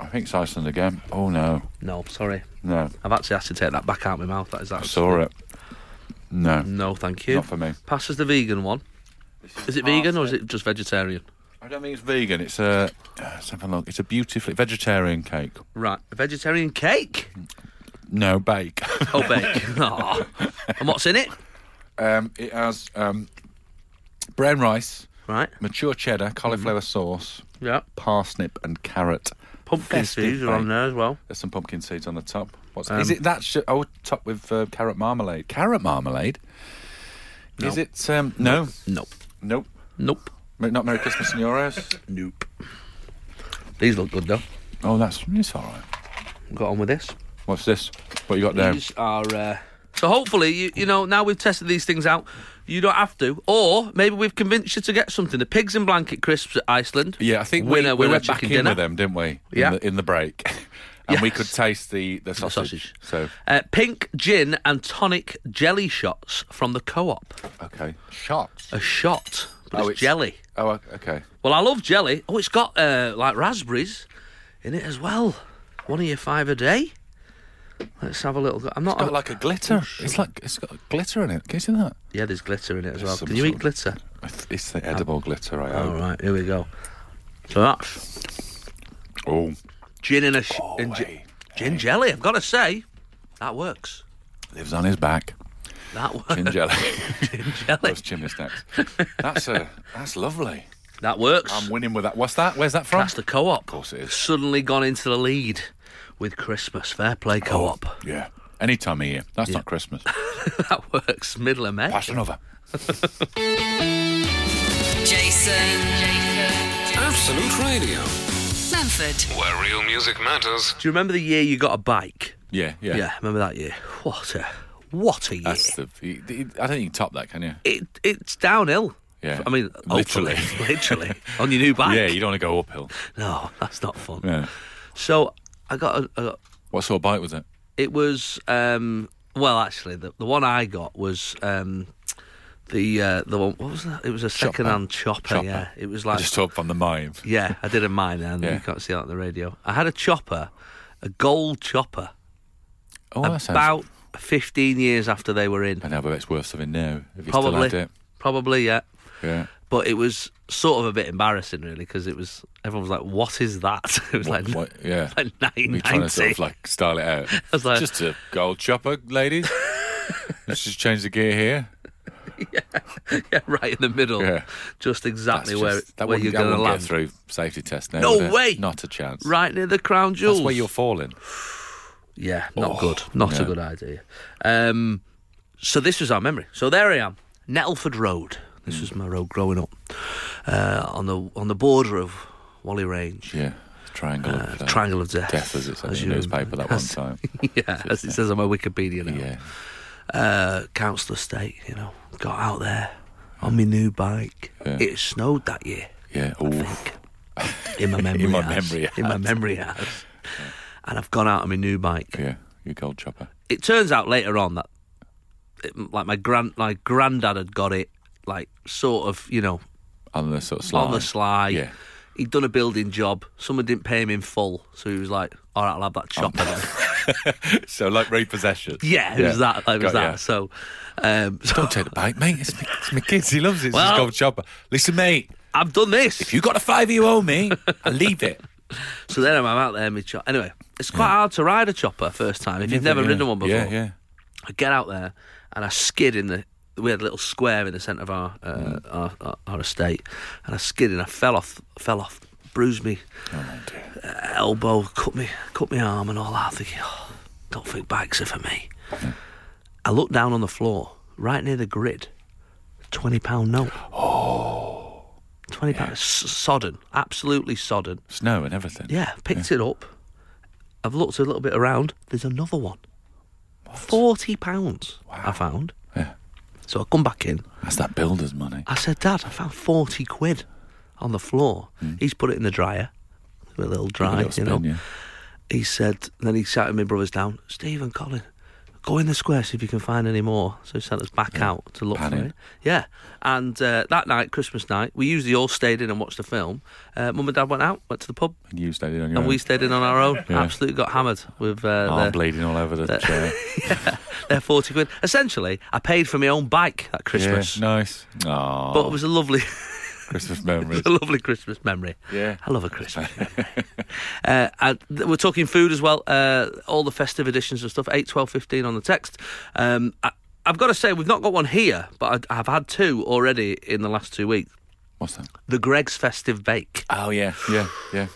Speaker 4: I think it's Iceland again. Oh no,
Speaker 3: No, sorry.
Speaker 4: no.
Speaker 3: I've actually had to take that back out of my mouth. That is that.
Speaker 4: Saw it. No.
Speaker 3: No, thank you.
Speaker 4: Not for me.
Speaker 3: Pass us the vegan one. Is it vegan or is it just vegetarian?
Speaker 4: I don't think it's vegan. It's a. uh, Let's have a look. It's a beautifully vegetarian cake.
Speaker 3: Right, a vegetarian cake.
Speaker 4: No bake.
Speaker 3: Oh, bake. Aw. And what's in it?
Speaker 4: Um, it has um, brown rice,
Speaker 3: Right.
Speaker 4: mature cheddar,
Speaker 3: Mm-hmm.
Speaker 4: cauliflower sauce,
Speaker 3: Yeah.
Speaker 4: parsnip, and carrot.
Speaker 3: Pumpkin
Speaker 4: Festive
Speaker 3: seeds are
Speaker 4: bake.
Speaker 3: on there as well.
Speaker 4: There's some pumpkin seeds on the top. What's
Speaker 3: Um,
Speaker 4: is it? That sh- oh, top with uh, carrot marmalade. Carrot marmalade. Is
Speaker 3: No.
Speaker 4: it? Um, no,
Speaker 3: Nope.
Speaker 4: nope.
Speaker 3: Nope.
Speaker 4: Mer- Not Merry Christmas in your house.
Speaker 3: Nope. These look good though.
Speaker 4: Oh, that's it's all right.
Speaker 3: Got on with this.
Speaker 4: What's this? What you got there?
Speaker 3: These are uh, So hopefully, you, you know, now we've tested these things out, you don't have to. Or maybe we've convinced you to get something. The pigs in blanket crisps at Iceland.
Speaker 4: Yeah, I think
Speaker 3: winner,
Speaker 4: we, we
Speaker 3: winner,
Speaker 4: went back
Speaker 3: chicken
Speaker 4: in
Speaker 3: dinner.
Speaker 4: with them, didn't we?
Speaker 3: Yeah.
Speaker 4: In the, in the break. and we
Speaker 3: Yes.
Speaker 4: could taste the, the sausage.
Speaker 3: Sausage.
Speaker 4: So,
Speaker 3: Uh, pink gin and tonic jelly shots from the co-op.
Speaker 4: okay. Shots.
Speaker 3: A shot, but it's, jelly.
Speaker 4: Oh, o- okay.
Speaker 3: Well, I love jelly. Oh, it's got uh, like raspberries in it as well. One of your five a day. Let's have a little. Go- I'm not.
Speaker 4: It's got like a glitter. It's like it's got glitter in it. Can you see that?
Speaker 3: yeah, there's glitter in it as well.
Speaker 4: some
Speaker 3: Can you
Speaker 4: sort
Speaker 3: eat
Speaker 4: of-
Speaker 3: glitter?
Speaker 4: It's- It's the edible glitter, I
Speaker 3: All
Speaker 4: hope.
Speaker 3: right, here we go. So that's
Speaker 4: Oh,
Speaker 3: gin and a sh- and
Speaker 4: boy.
Speaker 3: gi- gin jelly. I've got to say, that works.
Speaker 4: lives on his back.
Speaker 3: That works.
Speaker 4: Gin jelly.
Speaker 3: Gin jelly.
Speaker 4: Those chimney snacks. That's a that's lovely.
Speaker 3: That works.
Speaker 4: I'm winning with that. What's that? Where's that from?
Speaker 3: That's the co-op. Of
Speaker 4: course it is.
Speaker 3: Suddenly gone into the lead with Christmas. Fair play co-op.
Speaker 4: yeah. Any time of year. That's not Christmas.
Speaker 3: that works. Middle of May.
Speaker 4: That's another.
Speaker 2: Jason. Jason.
Speaker 1: Absolute Radio,
Speaker 2: Manford.
Speaker 1: where real music matters.
Speaker 3: Do you remember the year you got a bike?
Speaker 4: Yeah, yeah.
Speaker 3: Yeah, remember that year? What a what a year!
Speaker 4: That's the. you- you- I don't think you can top that, can you?
Speaker 3: It it's downhill.
Speaker 4: Yeah.
Speaker 3: I mean
Speaker 4: Literally.
Speaker 3: ultimately, literally on your new bike.
Speaker 4: Yeah, you don't want to go uphill.
Speaker 3: No, that's not fun.
Speaker 4: Yeah.
Speaker 3: So I got a, I got-
Speaker 4: What sort of bike was it?
Speaker 3: it was um well actually the the one I got was um the uh, the one what was that? It was a second hand chopper,
Speaker 4: Chopper.
Speaker 3: Yeah, it was
Speaker 4: I
Speaker 3: like
Speaker 4: just up on the mime.
Speaker 3: yeah, I did a mine and
Speaker 4: Yeah.
Speaker 3: you can't see that on the radio. I had a chopper, a gold chopper,
Speaker 4: Oh, that sounds.
Speaker 3: about fifteen years after they were in.
Speaker 4: I know, but it's worth something now. If you still
Speaker 3: Probably,
Speaker 4: had it.
Speaker 3: probably yeah.
Speaker 4: Yeah.
Speaker 3: but it was sort of a bit embarrassing really because it was everyone was like what is that it was like
Speaker 4: What, yeah.
Speaker 3: like
Speaker 4: We trying to sort
Speaker 3: 1990
Speaker 4: of like style it out.
Speaker 3: was like-
Speaker 4: just a gold chopper, ladies. Let's just change the gear here.
Speaker 3: yeah, right in the middle
Speaker 4: Yeah.
Speaker 3: just exactly
Speaker 4: That's
Speaker 3: where
Speaker 4: just- that
Speaker 3: where
Speaker 4: wouldn't-
Speaker 3: you're
Speaker 4: that
Speaker 3: going to
Speaker 4: wouldn't get
Speaker 3: land
Speaker 4: through safety test now.
Speaker 3: No
Speaker 4: would it?
Speaker 3: way.
Speaker 4: Not a chance.
Speaker 3: right near the crown jewels
Speaker 4: That's where you're falling.
Speaker 3: yeah not
Speaker 4: Oh,
Speaker 3: good not a
Speaker 4: no.
Speaker 3: good idea um so this was our memory so there I am Nettleford Road
Speaker 4: Hmm.
Speaker 3: this was my road growing up uh, on the on the border of Wally Range
Speaker 4: Yeah. Triangle of uh,
Speaker 3: Triangle of Death
Speaker 4: Death, as it said
Speaker 3: as
Speaker 4: in the
Speaker 3: you-
Speaker 4: newspaper that one
Speaker 3: as-
Speaker 4: time.
Speaker 3: yeah as it says on my Wikipedia now
Speaker 4: Yeah.
Speaker 3: uh, council estate, you know, got out there on my new bike.
Speaker 4: Yeah.
Speaker 3: It snowed that year,
Speaker 4: Yeah. Ooh.
Speaker 3: in my memory.
Speaker 4: In my
Speaker 3: it has.
Speaker 4: memory it
Speaker 3: in my
Speaker 4: has.
Speaker 3: memory, it has. And I've gone out on my new bike.
Speaker 4: Yeah. You gold chopper.
Speaker 3: It turns out later on that, it, like my grand, my granddad had got it, like sort of, you know,
Speaker 4: On the sort of slide.
Speaker 3: on the sly.
Speaker 4: Yeah.
Speaker 3: He'd done a building job. Someone didn't pay him in full, so he was like, "All right, I'll have
Speaker 4: Oh,
Speaker 3: that chopper." then."
Speaker 4: So like repossession.
Speaker 3: yeah, it was that. It was
Speaker 4: Got
Speaker 3: that.
Speaker 4: ya.
Speaker 3: So, um, so
Speaker 4: Don't take the bike, mate. It's my, it's my kids. He loves it. It's
Speaker 3: Well-
Speaker 4: his gold chopper. Listen, mate.
Speaker 3: I've done this.
Speaker 4: If you got a five you owe me, I leave it.
Speaker 3: So then I'm out there, my chop. Anyway, it's quite hard to ride a chopper first time if you've never
Speaker 4: yeah.
Speaker 3: ridden one before.
Speaker 4: Yeah, yeah.
Speaker 3: I get out there and I skid in the. We had a little square in the centre of our, uh,
Speaker 4: Mm.
Speaker 3: our, our our estate, and I skid and I fell off, fell off, bruised me
Speaker 4: Oh,
Speaker 3: uh, elbow, cut me, cut my arm and all that. Thinking, oh, don't think bikes are for me. I looked down on the floor, right near the grid, twenty pound note. Oh. Twenty pound, sodden, absolutely sodden.
Speaker 4: Snow and everything.
Speaker 3: Yeah, picked it up. I've looked a little bit around. There's another one. Forty pounds I found.
Speaker 4: Yeah.
Speaker 3: So I come back in.
Speaker 4: That's that builder's money.
Speaker 3: I said, Dad, I found forty quid on the floor. He's put it in the dryer. A little
Speaker 4: Hmm. Give it a
Speaker 3: dry,
Speaker 4: little
Speaker 3: you know.
Speaker 4: spin, yeah.
Speaker 3: He said then he shouted my brothers down, Steve and Colin, go in the square, see if you can find any more. So he sent us back out to look
Speaker 4: Panic.
Speaker 3: for it. Yeah. And uh, that night, Christmas night, we usually all stayed in and watched a film. Uh, Mum and Dad went out, went to the pub,
Speaker 4: And you stayed in on
Speaker 3: and
Speaker 4: your own.
Speaker 3: we stayed in on our own.
Speaker 4: Yeah. Oh,
Speaker 3: Absolutely got hammered with uh,
Speaker 4: Arm
Speaker 3: their,
Speaker 4: bleeding all over the chair.
Speaker 3: their forty quid. Essentially, I paid for my own bike at
Speaker 4: Yeah,
Speaker 3: Christmas,
Speaker 4: nice. Aww,
Speaker 3: but it was a lovely,
Speaker 4: Christmas memories.
Speaker 3: a lovely Christmas memory.
Speaker 4: Yeah.
Speaker 3: I love a Christmas memory. uh, and th- we're talking food as well. Uh, all the festive editions and stuff. 8, 12, 15 on the text. Um, I, I've got to say, we've not got one here, but I, I've had two already in the last two weeks.
Speaker 4: What's that?
Speaker 3: The Greg's festive bake.
Speaker 4: Oh yeah, yeah, yeah.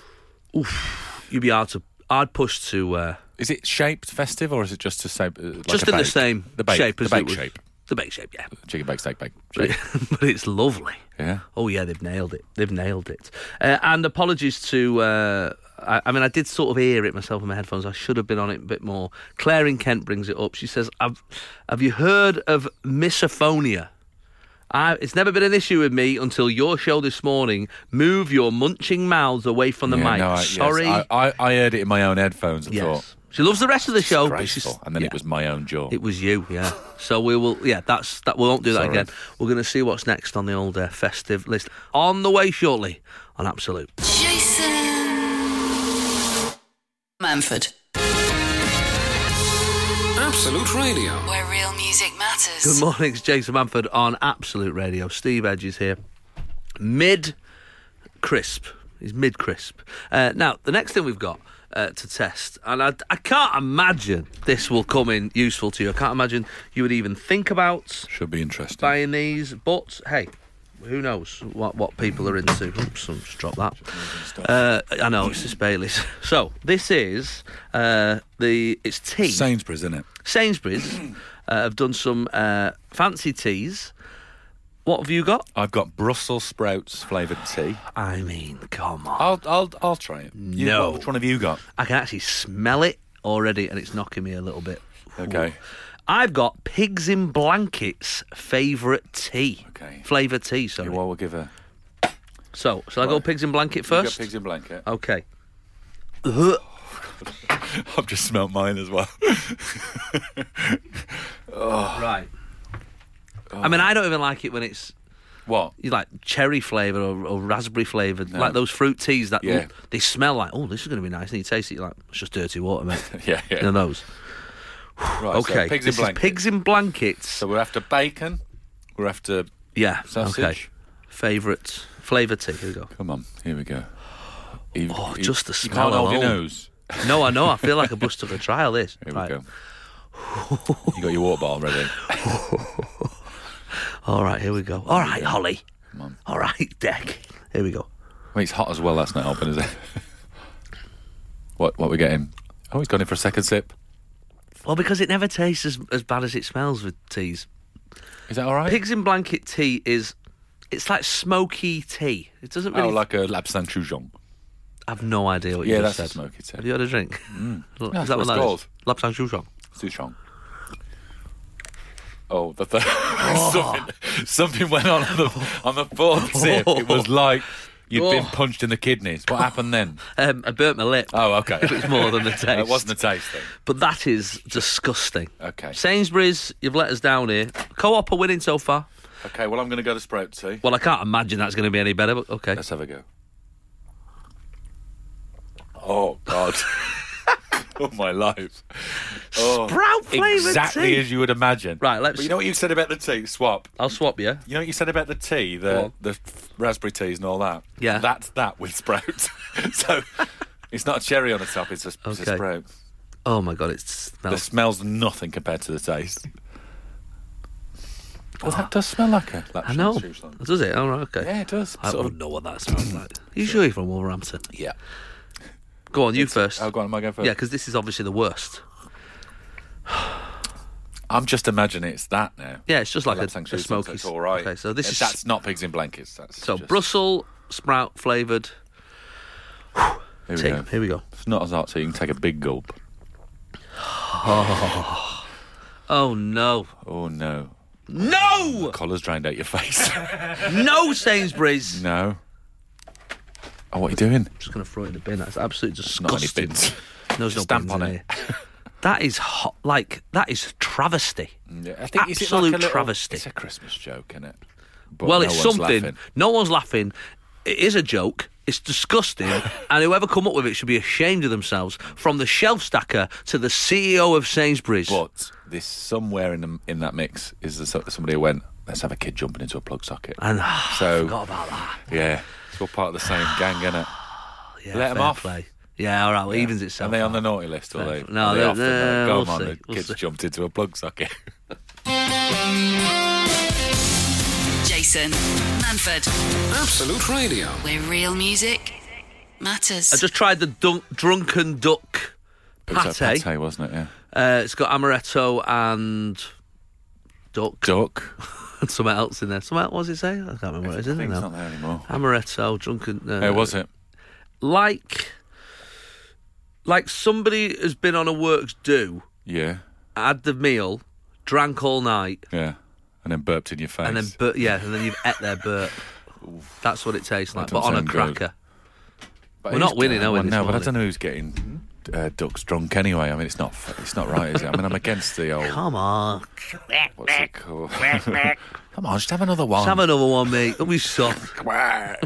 Speaker 3: You'd be hard to, hard pushed to. Uh,
Speaker 4: Is it shaped festive or is it just to say? uh, Like
Speaker 3: just
Speaker 4: a
Speaker 3: in the
Speaker 4: bake?
Speaker 3: same
Speaker 4: the bake,
Speaker 3: shape
Speaker 4: the
Speaker 3: as
Speaker 4: bake
Speaker 3: it was.
Speaker 4: shape,
Speaker 3: The bake shape, yeah.
Speaker 4: chicken bake, steak bake.
Speaker 3: but,
Speaker 4: Shape.
Speaker 3: but it's lovely.
Speaker 4: Yeah.
Speaker 3: Oh yeah, they've nailed it. They've nailed it. Uh, and apologies to uh, I, I mean, I did sort of hear it myself in my headphones. I should have been on it a bit more. Claire in Kent brings it up. She says, "Have Have you heard of misophonia?" I, it's never been an issue with me until your show this morning. Move your munching mouths away from the
Speaker 4: Yeah,
Speaker 3: mic.
Speaker 4: no, I- yes,
Speaker 3: Sorry.
Speaker 4: I, I, I heard it in my own headphones. I
Speaker 3: yes.
Speaker 4: thought.
Speaker 3: She loves the rest of the show. but she's-
Speaker 4: Disgraceful. And then
Speaker 3: yeah.
Speaker 4: it was my own jaw.
Speaker 3: It was you, yeah. So we will, yeah. That's that. We won't do that
Speaker 4: Sorry.
Speaker 3: again. We're going to see what's next on the old uh, festive list. On the way shortly on Absolute.
Speaker 2: Jason Manford,
Speaker 1: Absolute Radio.
Speaker 2: where real music matters.
Speaker 3: Good morning, it's Jason Manford on Absolute Radio. Steve Edge is here. Mid crisp. He's mid crisp. Uh, now the next thing we've got. Uh, to test, and I, I can't imagine this will come in useful to you. I can't imagine you would even think about
Speaker 4: Should be interesting.
Speaker 3: buying these, but hey, who knows what, what people are into. Oops, I'll just drop that. Uh, I know, it's just Bailey's. So, this is uh, the, it's tea.
Speaker 4: Sainsbury's, isn't it?
Speaker 3: Sainsbury's uh, have done some uh, fancy teas. What have you got?
Speaker 4: I've got Brussels sprouts flavoured tea.
Speaker 3: I mean, come on.
Speaker 4: I'll I'll I'll try it. You-
Speaker 3: No.
Speaker 4: Which one have you got?
Speaker 3: I can actually smell it already, and it's knocking me a little bit.
Speaker 4: Okay.
Speaker 3: I've got Pigs in Blankets favourite tea.
Speaker 4: Okay.
Speaker 3: Flavour tea, sorry.
Speaker 4: You all will give a
Speaker 3: So, shall I go
Speaker 4: Right.
Speaker 3: Pigs in Blanket
Speaker 4: you got
Speaker 3: first?
Speaker 4: pigs in blanket.
Speaker 3: Okay. Ugh.
Speaker 4: I've just smelt mine as well.
Speaker 3: Right.
Speaker 4: Oh,
Speaker 3: I mean, I don't even like it when it's
Speaker 4: what?
Speaker 3: you like cherry flavour or, or raspberry flavoured, like those fruit teas that
Speaker 4: Yeah.
Speaker 3: they smell like. Oh, this is going to be nice, and you taste it you're like it's just dirty water, mate.
Speaker 4: Yeah, yeah.
Speaker 3: None of those.
Speaker 4: Right, so
Speaker 3: Okay,
Speaker 4: pigs
Speaker 3: this
Speaker 4: in
Speaker 3: is
Speaker 4: blanket.
Speaker 3: pigs in blankets.
Speaker 4: So we're after bacon. We're after
Speaker 3: yeah,
Speaker 4: sausage.
Speaker 3: okay. Favourite flavour tea. Here we go.
Speaker 4: Come on, here we go. You-
Speaker 3: Oh,
Speaker 4: you-
Speaker 3: just the
Speaker 4: you
Speaker 3: smell
Speaker 4: can't hold your
Speaker 3: alone.
Speaker 4: nose.
Speaker 3: No, I know. I feel like I bust up a trial. This.
Speaker 4: Here
Speaker 3: Right.
Speaker 4: we go. you got your water bottle ready.
Speaker 3: All right. Here we go. All right, Holly.
Speaker 4: Come on.
Speaker 3: All right, Deck. Here we go.
Speaker 4: Well, it's hot as well. That's not helping, is it? what? What we getting? Oh, he's gone in for a second sip.
Speaker 3: Well, because it never tastes as, as bad as it smells with teas.
Speaker 4: Is that all right?
Speaker 3: Pigs in blanket tea is it's like smoky tea. It doesn't
Speaker 4: Oh,
Speaker 3: really.
Speaker 4: like a l'absinthe Choujon.
Speaker 3: I've no idea what
Speaker 4: Yeah,
Speaker 3: you
Speaker 4: that's
Speaker 3: just
Speaker 4: a
Speaker 3: said.
Speaker 4: smoky
Speaker 3: Have
Speaker 4: tea.
Speaker 3: you had a drink? Is that
Speaker 4: That's what
Speaker 3: what
Speaker 4: it's
Speaker 3: that
Speaker 4: called.
Speaker 3: is? Lapsang Shusong.
Speaker 4: Souchong. Oh, the third. something, something went on on the, on the fourth sip. It was like you'd been
Speaker 3: Oh.
Speaker 4: punched in the kidneys. What happened then?
Speaker 3: Um, I burnt my lip.
Speaker 4: Oh, okay.
Speaker 3: It was more than the
Speaker 4: it
Speaker 3: taste.
Speaker 4: wasn't a taste thing.
Speaker 3: But that is disgusting.
Speaker 4: Okay.
Speaker 3: Sainsbury's, you've let us down here. Co-op are winning so far.
Speaker 4: Okay, well, I'm going to go to sprout tea.
Speaker 3: Well, I can't imagine that's going to be any better. But okay.
Speaker 4: Let's have a go. Oh, God. oh, my life. Oh,
Speaker 3: Sprout flavored
Speaker 4: exactly
Speaker 3: tea.
Speaker 4: as you would imagine.
Speaker 3: Right, let's-
Speaker 4: But you know what you said about the tea swap?
Speaker 3: I'll swap you.
Speaker 4: You know what you said about the tea,
Speaker 3: Go
Speaker 4: the
Speaker 3: on.
Speaker 4: the f- raspberry teas and all that.
Speaker 3: Yeah.
Speaker 4: that's that with sprout. so it's not a cherry on the top; it's a, it's a
Speaker 3: Okay.
Speaker 4: sprout.
Speaker 3: Oh my god, it
Speaker 4: The
Speaker 3: smells.
Speaker 4: smells nothing compared to the taste. Well, that does smell like a.
Speaker 3: Oh. I know.
Speaker 4: Yeah,
Speaker 3: Does it? All right. Okay.
Speaker 4: it does.
Speaker 3: I
Speaker 4: Sort
Speaker 3: don't
Speaker 4: of,
Speaker 3: know what that smells like. you sure you're from Wolverhampton?
Speaker 4: yeah.
Speaker 3: Go on, you first.
Speaker 4: Oh, go on. Am I going first?
Speaker 3: Yeah, because this is obviously the worst.
Speaker 4: I'm just imagining it's that now.
Speaker 3: Yeah, it's just like a,
Speaker 4: Lapsang
Speaker 3: a
Speaker 4: Souchong, so
Speaker 3: smoky.
Speaker 4: It's all right.
Speaker 3: Okay, so this
Speaker 4: Yeah,
Speaker 3: is
Speaker 4: that's not pigs in blankets. That's
Speaker 3: so
Speaker 4: just,
Speaker 3: Brussels sprout flavored
Speaker 4: Here we
Speaker 3: tea.
Speaker 4: go.
Speaker 3: Here we go.
Speaker 4: It's not as hot, so you can take a big gulp.
Speaker 3: Oh no,
Speaker 4: Oh no,
Speaker 3: no,
Speaker 4: collar's drained out your face.
Speaker 3: no, Sainsbury's.
Speaker 4: No. Oh, what are you doing?
Speaker 3: I'm just gonna throw it in the bin. That's absolutely
Speaker 4: Not any
Speaker 3: disgusting.
Speaker 4: bins.
Speaker 3: No, there's no
Speaker 4: Stamp
Speaker 3: bins
Speaker 4: on
Speaker 3: in
Speaker 4: it.
Speaker 3: here. That is hot. Like that is travesty.
Speaker 4: I think
Speaker 3: is it like a Absolute little- travesty.
Speaker 4: It's a Christmas joke, isn't it?
Speaker 3: well, it's something. No one's laughing. It is a joke. It's disgusting, and whoever come up with it should be ashamed of themselves. From the shelf stacker to the CEO of Sainsbury's.
Speaker 4: But this somewhere in the, in that mix is the, so- somebody who went. Let's have a kid jumping into a plug socket.
Speaker 3: And ah,
Speaker 4: So-
Speaker 3: I forgot about that.
Speaker 4: yeah, it's all part of the same gang, innit?
Speaker 3: Yeah,
Speaker 4: Let 'em
Speaker 3: fair
Speaker 4: off.
Speaker 3: Play. Yeah, all right. Well, evens itself.
Speaker 4: Are they on
Speaker 3: out.
Speaker 4: the naughty list or they?
Speaker 3: Fair. No,
Speaker 4: are they
Speaker 3: they're-
Speaker 4: off the-
Speaker 3: they're-
Speaker 4: Go
Speaker 3: we'll
Speaker 4: on,
Speaker 3: see,
Speaker 4: the
Speaker 3: we'll
Speaker 4: kids
Speaker 3: see.
Speaker 4: jumped into a plug socket.
Speaker 2: Jason Manford,
Speaker 1: Absolute Radio.
Speaker 2: where real music matters.
Speaker 3: I just tried the dun- drunken duck
Speaker 4: It was
Speaker 3: pate.
Speaker 4: a pate, wasn't it? Yeah.
Speaker 3: Uh, it's got amaretto and duck
Speaker 4: Duck.
Speaker 3: and something else in there. Something else, what does it say? I can't remember what it is
Speaker 4: I
Speaker 3: in
Speaker 4: think
Speaker 3: there
Speaker 4: it's
Speaker 3: now.
Speaker 4: not there anymore.
Speaker 3: Amaretto, drunken. Uh,
Speaker 4: Where was it?
Speaker 3: Like like somebody has been on a works do,
Speaker 4: Yeah.
Speaker 3: had the meal, drank all night,
Speaker 4: Yeah. And then burped in your face.
Speaker 3: and then bur- yeah, and then you've ate their burp. That's what it tastes like, but on
Speaker 4: doesn't
Speaker 3: a
Speaker 4: sound good.
Speaker 3: cracker. We're
Speaker 4: But who's
Speaker 3: not winning,
Speaker 4: getting-
Speaker 3: are we,
Speaker 4: well,
Speaker 3: this
Speaker 4: No, but I
Speaker 3: morning?
Speaker 4: don't know who's getting uh, ducks drunk anyway. I mean, it's not f- it's not right, is it? I mean, I'm against the old
Speaker 3: Come on,
Speaker 4: what's it called? Come on, just have another one.
Speaker 3: let's have another one, mate. Don't be soft.
Speaker 4: right,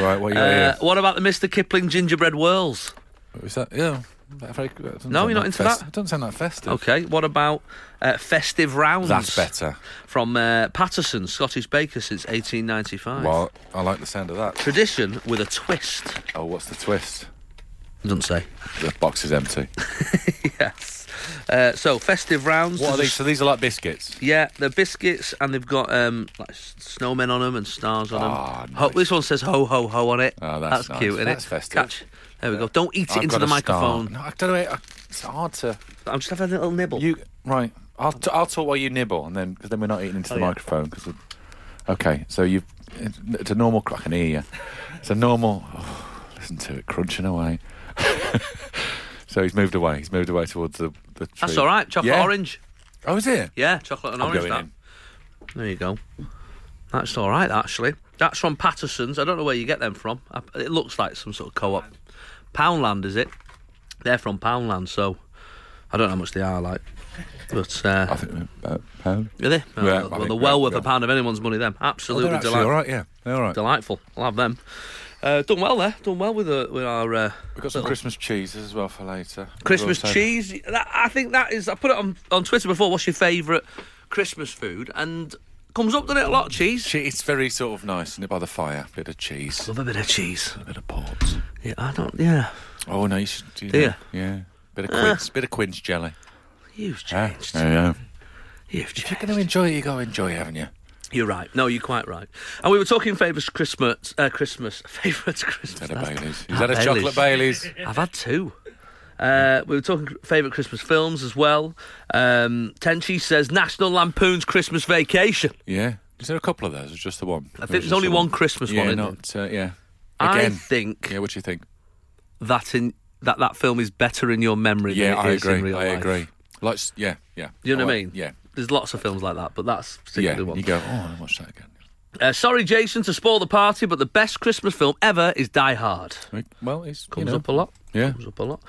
Speaker 4: what you got
Speaker 3: Uh,
Speaker 4: here?
Speaker 3: what about the Mr. Kipling gingerbread whirls?
Speaker 4: Is that yeah? that very- that doesn't
Speaker 3: No,
Speaker 4: sound
Speaker 3: you're not
Speaker 4: that
Speaker 3: into
Speaker 4: fest-
Speaker 3: that?
Speaker 4: It doesn't sound that festive.
Speaker 3: Okay, what about uh, festive rounds?
Speaker 4: That's better.
Speaker 3: From uh, Patterson, Scottish baker since 1895.
Speaker 4: Well, I like the sound of that.
Speaker 3: Tradition with a twist.
Speaker 4: Oh, what's the twist?
Speaker 3: Doesn't say.
Speaker 4: The box is empty.
Speaker 3: yes. Uh, so festive rounds.
Speaker 4: What are
Speaker 3: There's a
Speaker 4: these? So these are like biscuits.
Speaker 3: Yeah, they're biscuits, and they've got um, like s- snowmen on them and stars on them.
Speaker 4: Ah,
Speaker 3: Ho-
Speaker 4: nice.
Speaker 3: this one says "ho ho ho" on it.
Speaker 4: Ah, that's nice.
Speaker 3: cute, isn't
Speaker 4: That's
Speaker 3: it?
Speaker 4: festive.
Speaker 3: Catch. There we go. Don't eat it
Speaker 4: I've
Speaker 3: into the
Speaker 4: got a star.
Speaker 3: microphone.
Speaker 4: No, I don't know. I- It's hard to.
Speaker 3: I'm just having a little nibble.
Speaker 4: You right? I'll t- I'll talk while you nibble, and then because then we're not eating into the
Speaker 3: Oh, yeah.
Speaker 4: microphone 'cause microphone. okay, so you it's, it's a normal. cr- I can hear you. It's a normal. oh, listen to it crunching away. so he's moved away. He's moved away towards the the. Tree.
Speaker 3: that's all right. Chocolate
Speaker 4: Yeah?
Speaker 3: orange.
Speaker 4: Oh, is it?
Speaker 3: Yeah, chocolate and
Speaker 4: I'm
Speaker 3: orange.
Speaker 4: going
Speaker 3: that.
Speaker 4: in.
Speaker 3: There you go. That's all right, actually. That's from Patterson's. I don't know where you get them from. I- It looks like some sort of co-op. Poundland, is it? They're from Poundland, so I don't know how much they are like. But uh,
Speaker 4: I think uh, pound.
Speaker 3: Are they?
Speaker 4: Yeah, I
Speaker 3: well,
Speaker 4: think-
Speaker 3: they're well
Speaker 4: yeah,
Speaker 3: worth
Speaker 4: yeah.
Speaker 3: a pound of anyone's money. Them
Speaker 4: Oh, they're
Speaker 3: absolutely
Speaker 4: actually
Speaker 3: delightful.
Speaker 4: all right. Yeah, they're all right.
Speaker 3: Delightful. I'll have them. Uh, done well there. Done well with the with our uh,
Speaker 4: We've got some
Speaker 3: little
Speaker 4: Christmas cheeses as well for later.
Speaker 3: Christmas
Speaker 4: We've also-
Speaker 3: cheese. That, I think that is. I put it on on Twitter before. What's your favourite Christmas food? And comes up doesn't it a lot. Cheese.
Speaker 4: Che- It's very sort of nice, isn't it? By the fire, bit of cheese,
Speaker 3: Love a bit of cheese.
Speaker 4: a bit of port.
Speaker 3: Yeah, I don't. Yeah,
Speaker 4: Oh no, you should do
Speaker 3: Do Ah.
Speaker 4: that. Yeah, bit of quince, bit of quince jelly.
Speaker 3: you've
Speaker 4: Yeah,
Speaker 3: changed.
Speaker 4: there you go.
Speaker 3: You've changed.
Speaker 4: You're going to enjoy it. You got to enjoy it, haven't you?
Speaker 3: You're right. No, you're quite right. And we were talking favourite Christmas. Uh, Christmas favourite Christmas.
Speaker 4: Had a
Speaker 3: that's-
Speaker 4: Bailey's. Is
Speaker 3: Ah,
Speaker 4: that a chocolate Bailey's?
Speaker 3: I've had two. Uh, we were talking favourite Christmas films as well. Um, Tenchi says National Lampoon's Christmas Vacation.
Speaker 4: Yeah. Is there a couple of those, or just the one? I
Speaker 3: think there's only one Christmas
Speaker 4: yeah,
Speaker 3: one, isn't
Speaker 4: Not, uh, yeah.
Speaker 3: I
Speaker 4: Again.
Speaker 3: think
Speaker 4: Yeah. What do you think?
Speaker 3: that in that that film is better in your memory
Speaker 4: Yeah,
Speaker 3: than it
Speaker 4: I
Speaker 3: is in
Speaker 4: agree.
Speaker 3: real
Speaker 4: I
Speaker 3: life.
Speaker 4: agree. Like, s- yeah, yeah.
Speaker 3: You know what I
Speaker 4: like-
Speaker 3: mean?
Speaker 4: Yeah.
Speaker 3: There's lots of films like that, but that's
Speaker 4: Yeah.
Speaker 3: particularly one.
Speaker 4: You go. Oh, I watch that again.
Speaker 3: Uh, sorry, Jason, to spoil the party, but the best Christmas film ever is Die Hard.
Speaker 4: Like, Well, it's you
Speaker 3: Comes
Speaker 4: know.
Speaker 3: up a lot.
Speaker 4: Yeah.
Speaker 3: Comes up a lot.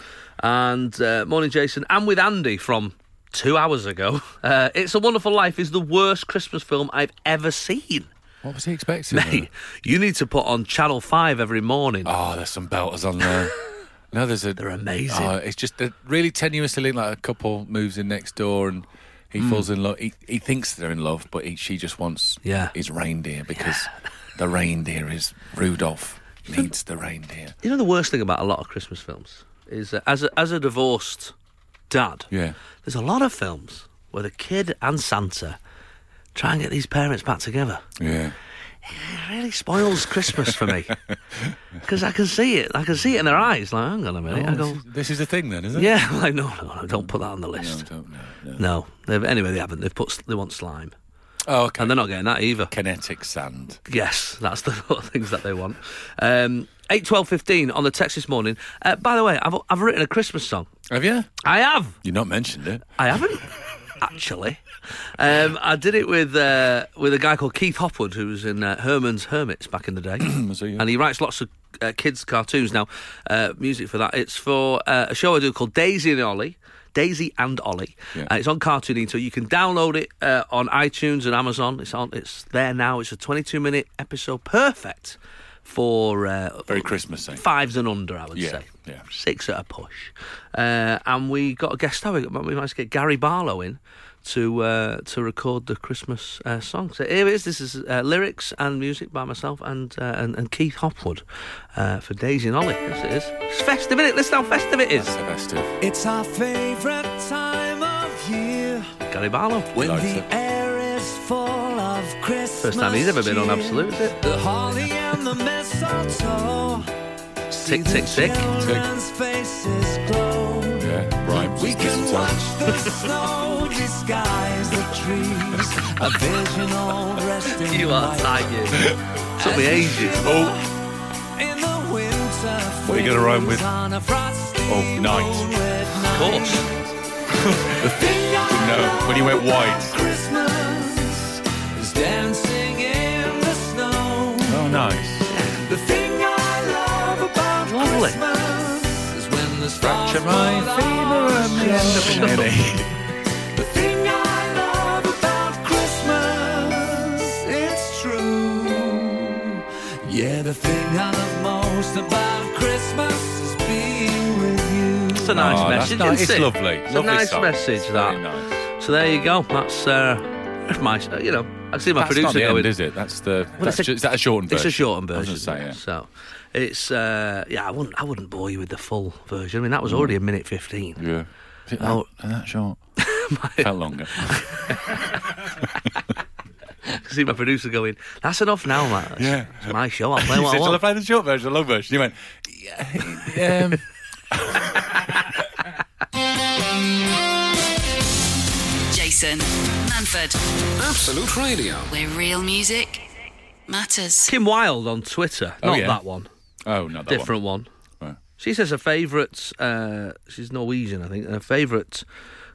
Speaker 3: And uh, morning, Jason. I'm with Andy from two hours ago. Uh, it's a Wonderful Life is the worst Christmas film I've ever seen.
Speaker 4: What was he expecting?
Speaker 3: Mate, you need to put on Channel 5 every morning.
Speaker 4: Oh, there's some belters on there. no, there's a.
Speaker 3: They're amazing.
Speaker 4: Oh, it's just they're really tenuously linked. Like a couple moves in next door and. He falls in love. He, he thinks they're in love, but he, she just wants
Speaker 3: Yeah.
Speaker 4: his reindeer because the reindeer is Rudolph needs the reindeer.
Speaker 3: You know the worst thing about a lot of Christmas films is uh, as a, as a divorced dad,
Speaker 4: Yeah.
Speaker 3: there's a lot of films where the kid and Santa try and get these parents back together.
Speaker 4: Yeah.
Speaker 3: It really spoils Christmas for me because I can see it. I can see it in their eyes. Like, hang on a minute. I
Speaker 4: this,
Speaker 3: go,
Speaker 4: is, this is the thing then, isn't it?
Speaker 3: yeah. I'm like, no, no, no, don't put that on the
Speaker 4: No,
Speaker 3: list.
Speaker 4: don't know. No.
Speaker 3: No. They've, anyway, they haven't. They've put. s- They want slime,
Speaker 4: Oh, okay.
Speaker 3: and they're not getting that either.
Speaker 4: Kinetic sand.
Speaker 3: Yes, that's the sort of things that they want. Um, 8, 12, 15 on the text this morning. Uh, by the way, I've, I've written a Christmas song.
Speaker 4: Have you?
Speaker 3: I have.
Speaker 4: You've not mentioned it.
Speaker 3: I haven't, actually. Um, I did it with uh, with a guy called Keith Hopwood, who was in uh, Herman's Hermits back in the day.
Speaker 4: Was it, yeah?
Speaker 3: And he writes lots of uh, kids' cartoons now, uh, music for that. It's for uh, a show I do called Daisy and Ollie. Daisy and Ollie.
Speaker 4: Yeah.
Speaker 3: Uh, it's on Cartoon so You can download it uh, on iTunes and Amazon. It's on. It's there now. It's a 22-minute episode. Perfect for uh,
Speaker 4: Very Christmassy.
Speaker 3: fives and under. I would
Speaker 4: Yeah,
Speaker 3: say.
Speaker 4: yeah.
Speaker 3: Six at a push. Uh, and we got a guest star. We, got, we managed to get Gary Barlow in to uh, to record the Christmas uh, song. So here it is. This is uh, lyrics and music by myself and uh, and, and Keith Hopwood uh, for Daisy and Ollie. Yes, it is. It's festive, is Listen how festive it
Speaker 4: It's
Speaker 3: is.
Speaker 4: the best of.
Speaker 5: It's our favourite time of year
Speaker 3: Gary Barlow.
Speaker 5: when
Speaker 4: likes
Speaker 5: the
Speaker 4: it.
Speaker 5: air is full of Christmas.
Speaker 3: First time he's ever been on
Speaker 5: cheer.
Speaker 3: Absolute, is it?
Speaker 5: The holly and the mistletoe. See
Speaker 3: Tick,
Speaker 5: the
Speaker 3: tick, tick.
Speaker 5: children's faces glow.
Speaker 4: Yeah, right.
Speaker 5: We can watch the snow disguise the trees. A vision all dressed in
Speaker 3: You are
Speaker 5: white.
Speaker 3: tired. Took me ages.
Speaker 5: In the winter
Speaker 4: What are you going to rhyme with?
Speaker 5: on a frosty
Speaker 4: Oh, night.
Speaker 3: Of
Speaker 5: moonlit
Speaker 3: course.
Speaker 4: No, when he went wide.
Speaker 5: Christmas is dancing in the snow.
Speaker 4: Oh, nice.
Speaker 5: The thing I love about
Speaker 3: Lovely.
Speaker 5: Christmas is when the stars
Speaker 4: Fracture my
Speaker 5: fall out.
Speaker 4: Really?
Speaker 5: The thing I love about Christmas, it's true. Yeah, the thing I love most about Christmas is being with you.
Speaker 3: It's a nice
Speaker 4: Oh, that's
Speaker 3: message.
Speaker 4: nice.
Speaker 3: isn't
Speaker 4: It's
Speaker 3: it?
Speaker 4: lovely.
Speaker 3: It's
Speaker 4: Lovely
Speaker 3: a nice
Speaker 4: song.
Speaker 3: message
Speaker 4: It's
Speaker 3: that.
Speaker 4: very nice.
Speaker 3: So there you go. That's uh, my. You know, I see my
Speaker 4: That's
Speaker 3: producer
Speaker 4: not the
Speaker 3: going.
Speaker 4: end, is it? That's the.
Speaker 3: Well,
Speaker 4: that's
Speaker 3: it's a-
Speaker 4: ju- is that a shortened version?
Speaker 3: It's a shortened
Speaker 4: I was
Speaker 3: version.
Speaker 4: gonna say, yeah.
Speaker 3: So it's uh, yeah. I wouldn't. I wouldn't bore you with the full version. I mean, that
Speaker 4: Mm.
Speaker 3: was already a minute fifteen.
Speaker 4: Yeah. Is it that,
Speaker 3: Oh.
Speaker 4: that short? Felt longer.
Speaker 3: I see my producer going. That's enough now, Matt. That's-
Speaker 4: Yeah.
Speaker 3: It's my show. I'll play
Speaker 4: You
Speaker 3: what I
Speaker 4: said, shall I
Speaker 3: want.
Speaker 4: play the short version or the long version? He went, yeah, um...
Speaker 2: Jason Manford,
Speaker 1: Absolute Radio.
Speaker 2: where real music matters.
Speaker 3: Kim Wilde on Twitter.
Speaker 4: Oh,
Speaker 3: Not
Speaker 4: yeah.
Speaker 3: that one.
Speaker 4: Oh, not that
Speaker 3: different one.
Speaker 4: Right.
Speaker 3: She says her favourite. Uh, she's Norwegian, I think. And her favourite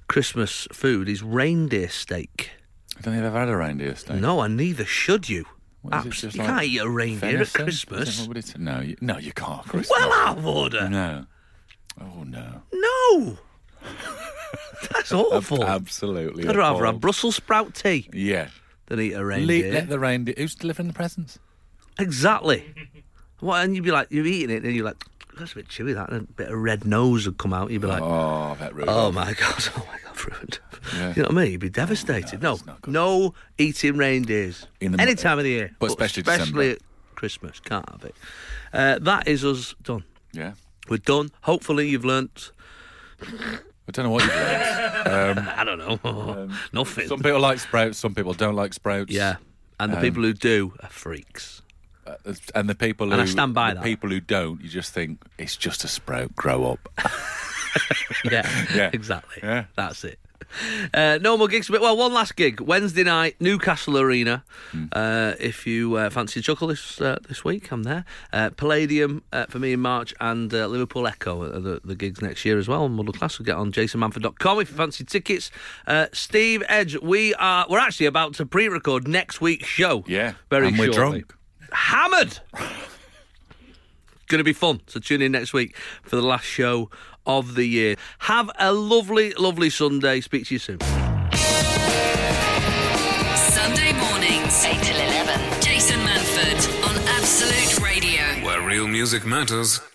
Speaker 3: Christmas food is reindeer steak.
Speaker 4: one. I don't think I've had a reindeer steak.
Speaker 3: No, and neither should you.
Speaker 4: What is it,
Speaker 3: Absolutely,
Speaker 4: just
Speaker 3: you
Speaker 4: like
Speaker 3: can't eat a reindeer
Speaker 4: Venison?
Speaker 3: at
Speaker 4: Is that
Speaker 3: Christmas.
Speaker 4: what it's- no, you, no, you can't. at Christmas.
Speaker 3: Well out of order.
Speaker 4: no. Oh no.
Speaker 3: No, that's awful.
Speaker 4: Absolutely.
Speaker 3: I'd rather have
Speaker 4: appalled.
Speaker 3: Brussels sprout tea
Speaker 4: Yeah.
Speaker 3: than eat a
Speaker 4: Le-
Speaker 3: reindeer.
Speaker 4: let the reindeer. Who's delivering the presents?
Speaker 3: Exactly. What? And you'd be like, you're eating it, and you're like, that's a bit chewy. That and a bit of red nose would come out. You'd be like,
Speaker 4: Oh, that really.
Speaker 3: Oh my god! Oh my god! Ruined.
Speaker 4: Yeah.
Speaker 3: You know what I mean? You'd be devastated. No,
Speaker 4: that's
Speaker 3: no,
Speaker 4: not good.
Speaker 3: eating reindeers
Speaker 4: In the-
Speaker 3: any time of the year,
Speaker 4: but especially
Speaker 3: especially
Speaker 4: December.
Speaker 3: at Christmas. Can't have it. Uh, that is us done.
Speaker 4: Yeah.
Speaker 3: We're done. Hopefully, you've learnt.
Speaker 4: I don't know what you've learned.
Speaker 3: I don't know.
Speaker 4: Um,
Speaker 3: Nothing.
Speaker 4: some people like sprouts. Some people don't like sprouts.
Speaker 3: yeah, and the
Speaker 4: Um,
Speaker 3: people who do are freaks.
Speaker 4: Uh, And the people who
Speaker 3: And I stand by
Speaker 4: the
Speaker 3: that.
Speaker 4: people who don't, you just think it's just a sprout. Grow up.
Speaker 3: Yeah,
Speaker 4: Yeah.
Speaker 3: exactly.
Speaker 4: Yeah.
Speaker 3: That's it. Uh, no more gigs. But well, one last gig Wednesday night, Newcastle Arena.
Speaker 4: Hmm.
Speaker 3: Uh, if you uh, fancy a chuckle this uh, this week, I'm there. Uh, Palladium uh, for me in March, and uh, Liverpool Echo are the, the gigs next year as well. And Muddle Class will get on jasonmanford.com if you fancy tickets. Uh, Steve Edge, we are we're actually about to pre-record next week's show.
Speaker 4: Yeah,
Speaker 3: very
Speaker 4: and we're
Speaker 3: shortly.
Speaker 4: drunk.
Speaker 3: hammered. going to be fun. So tune in next week for the last show of the year. Have a lovely, lovely Sunday. Speak to you soon.
Speaker 2: Sunday mornings, 8 till 11. Jason Manford on Absolute Radio.
Speaker 1: Where real music matters.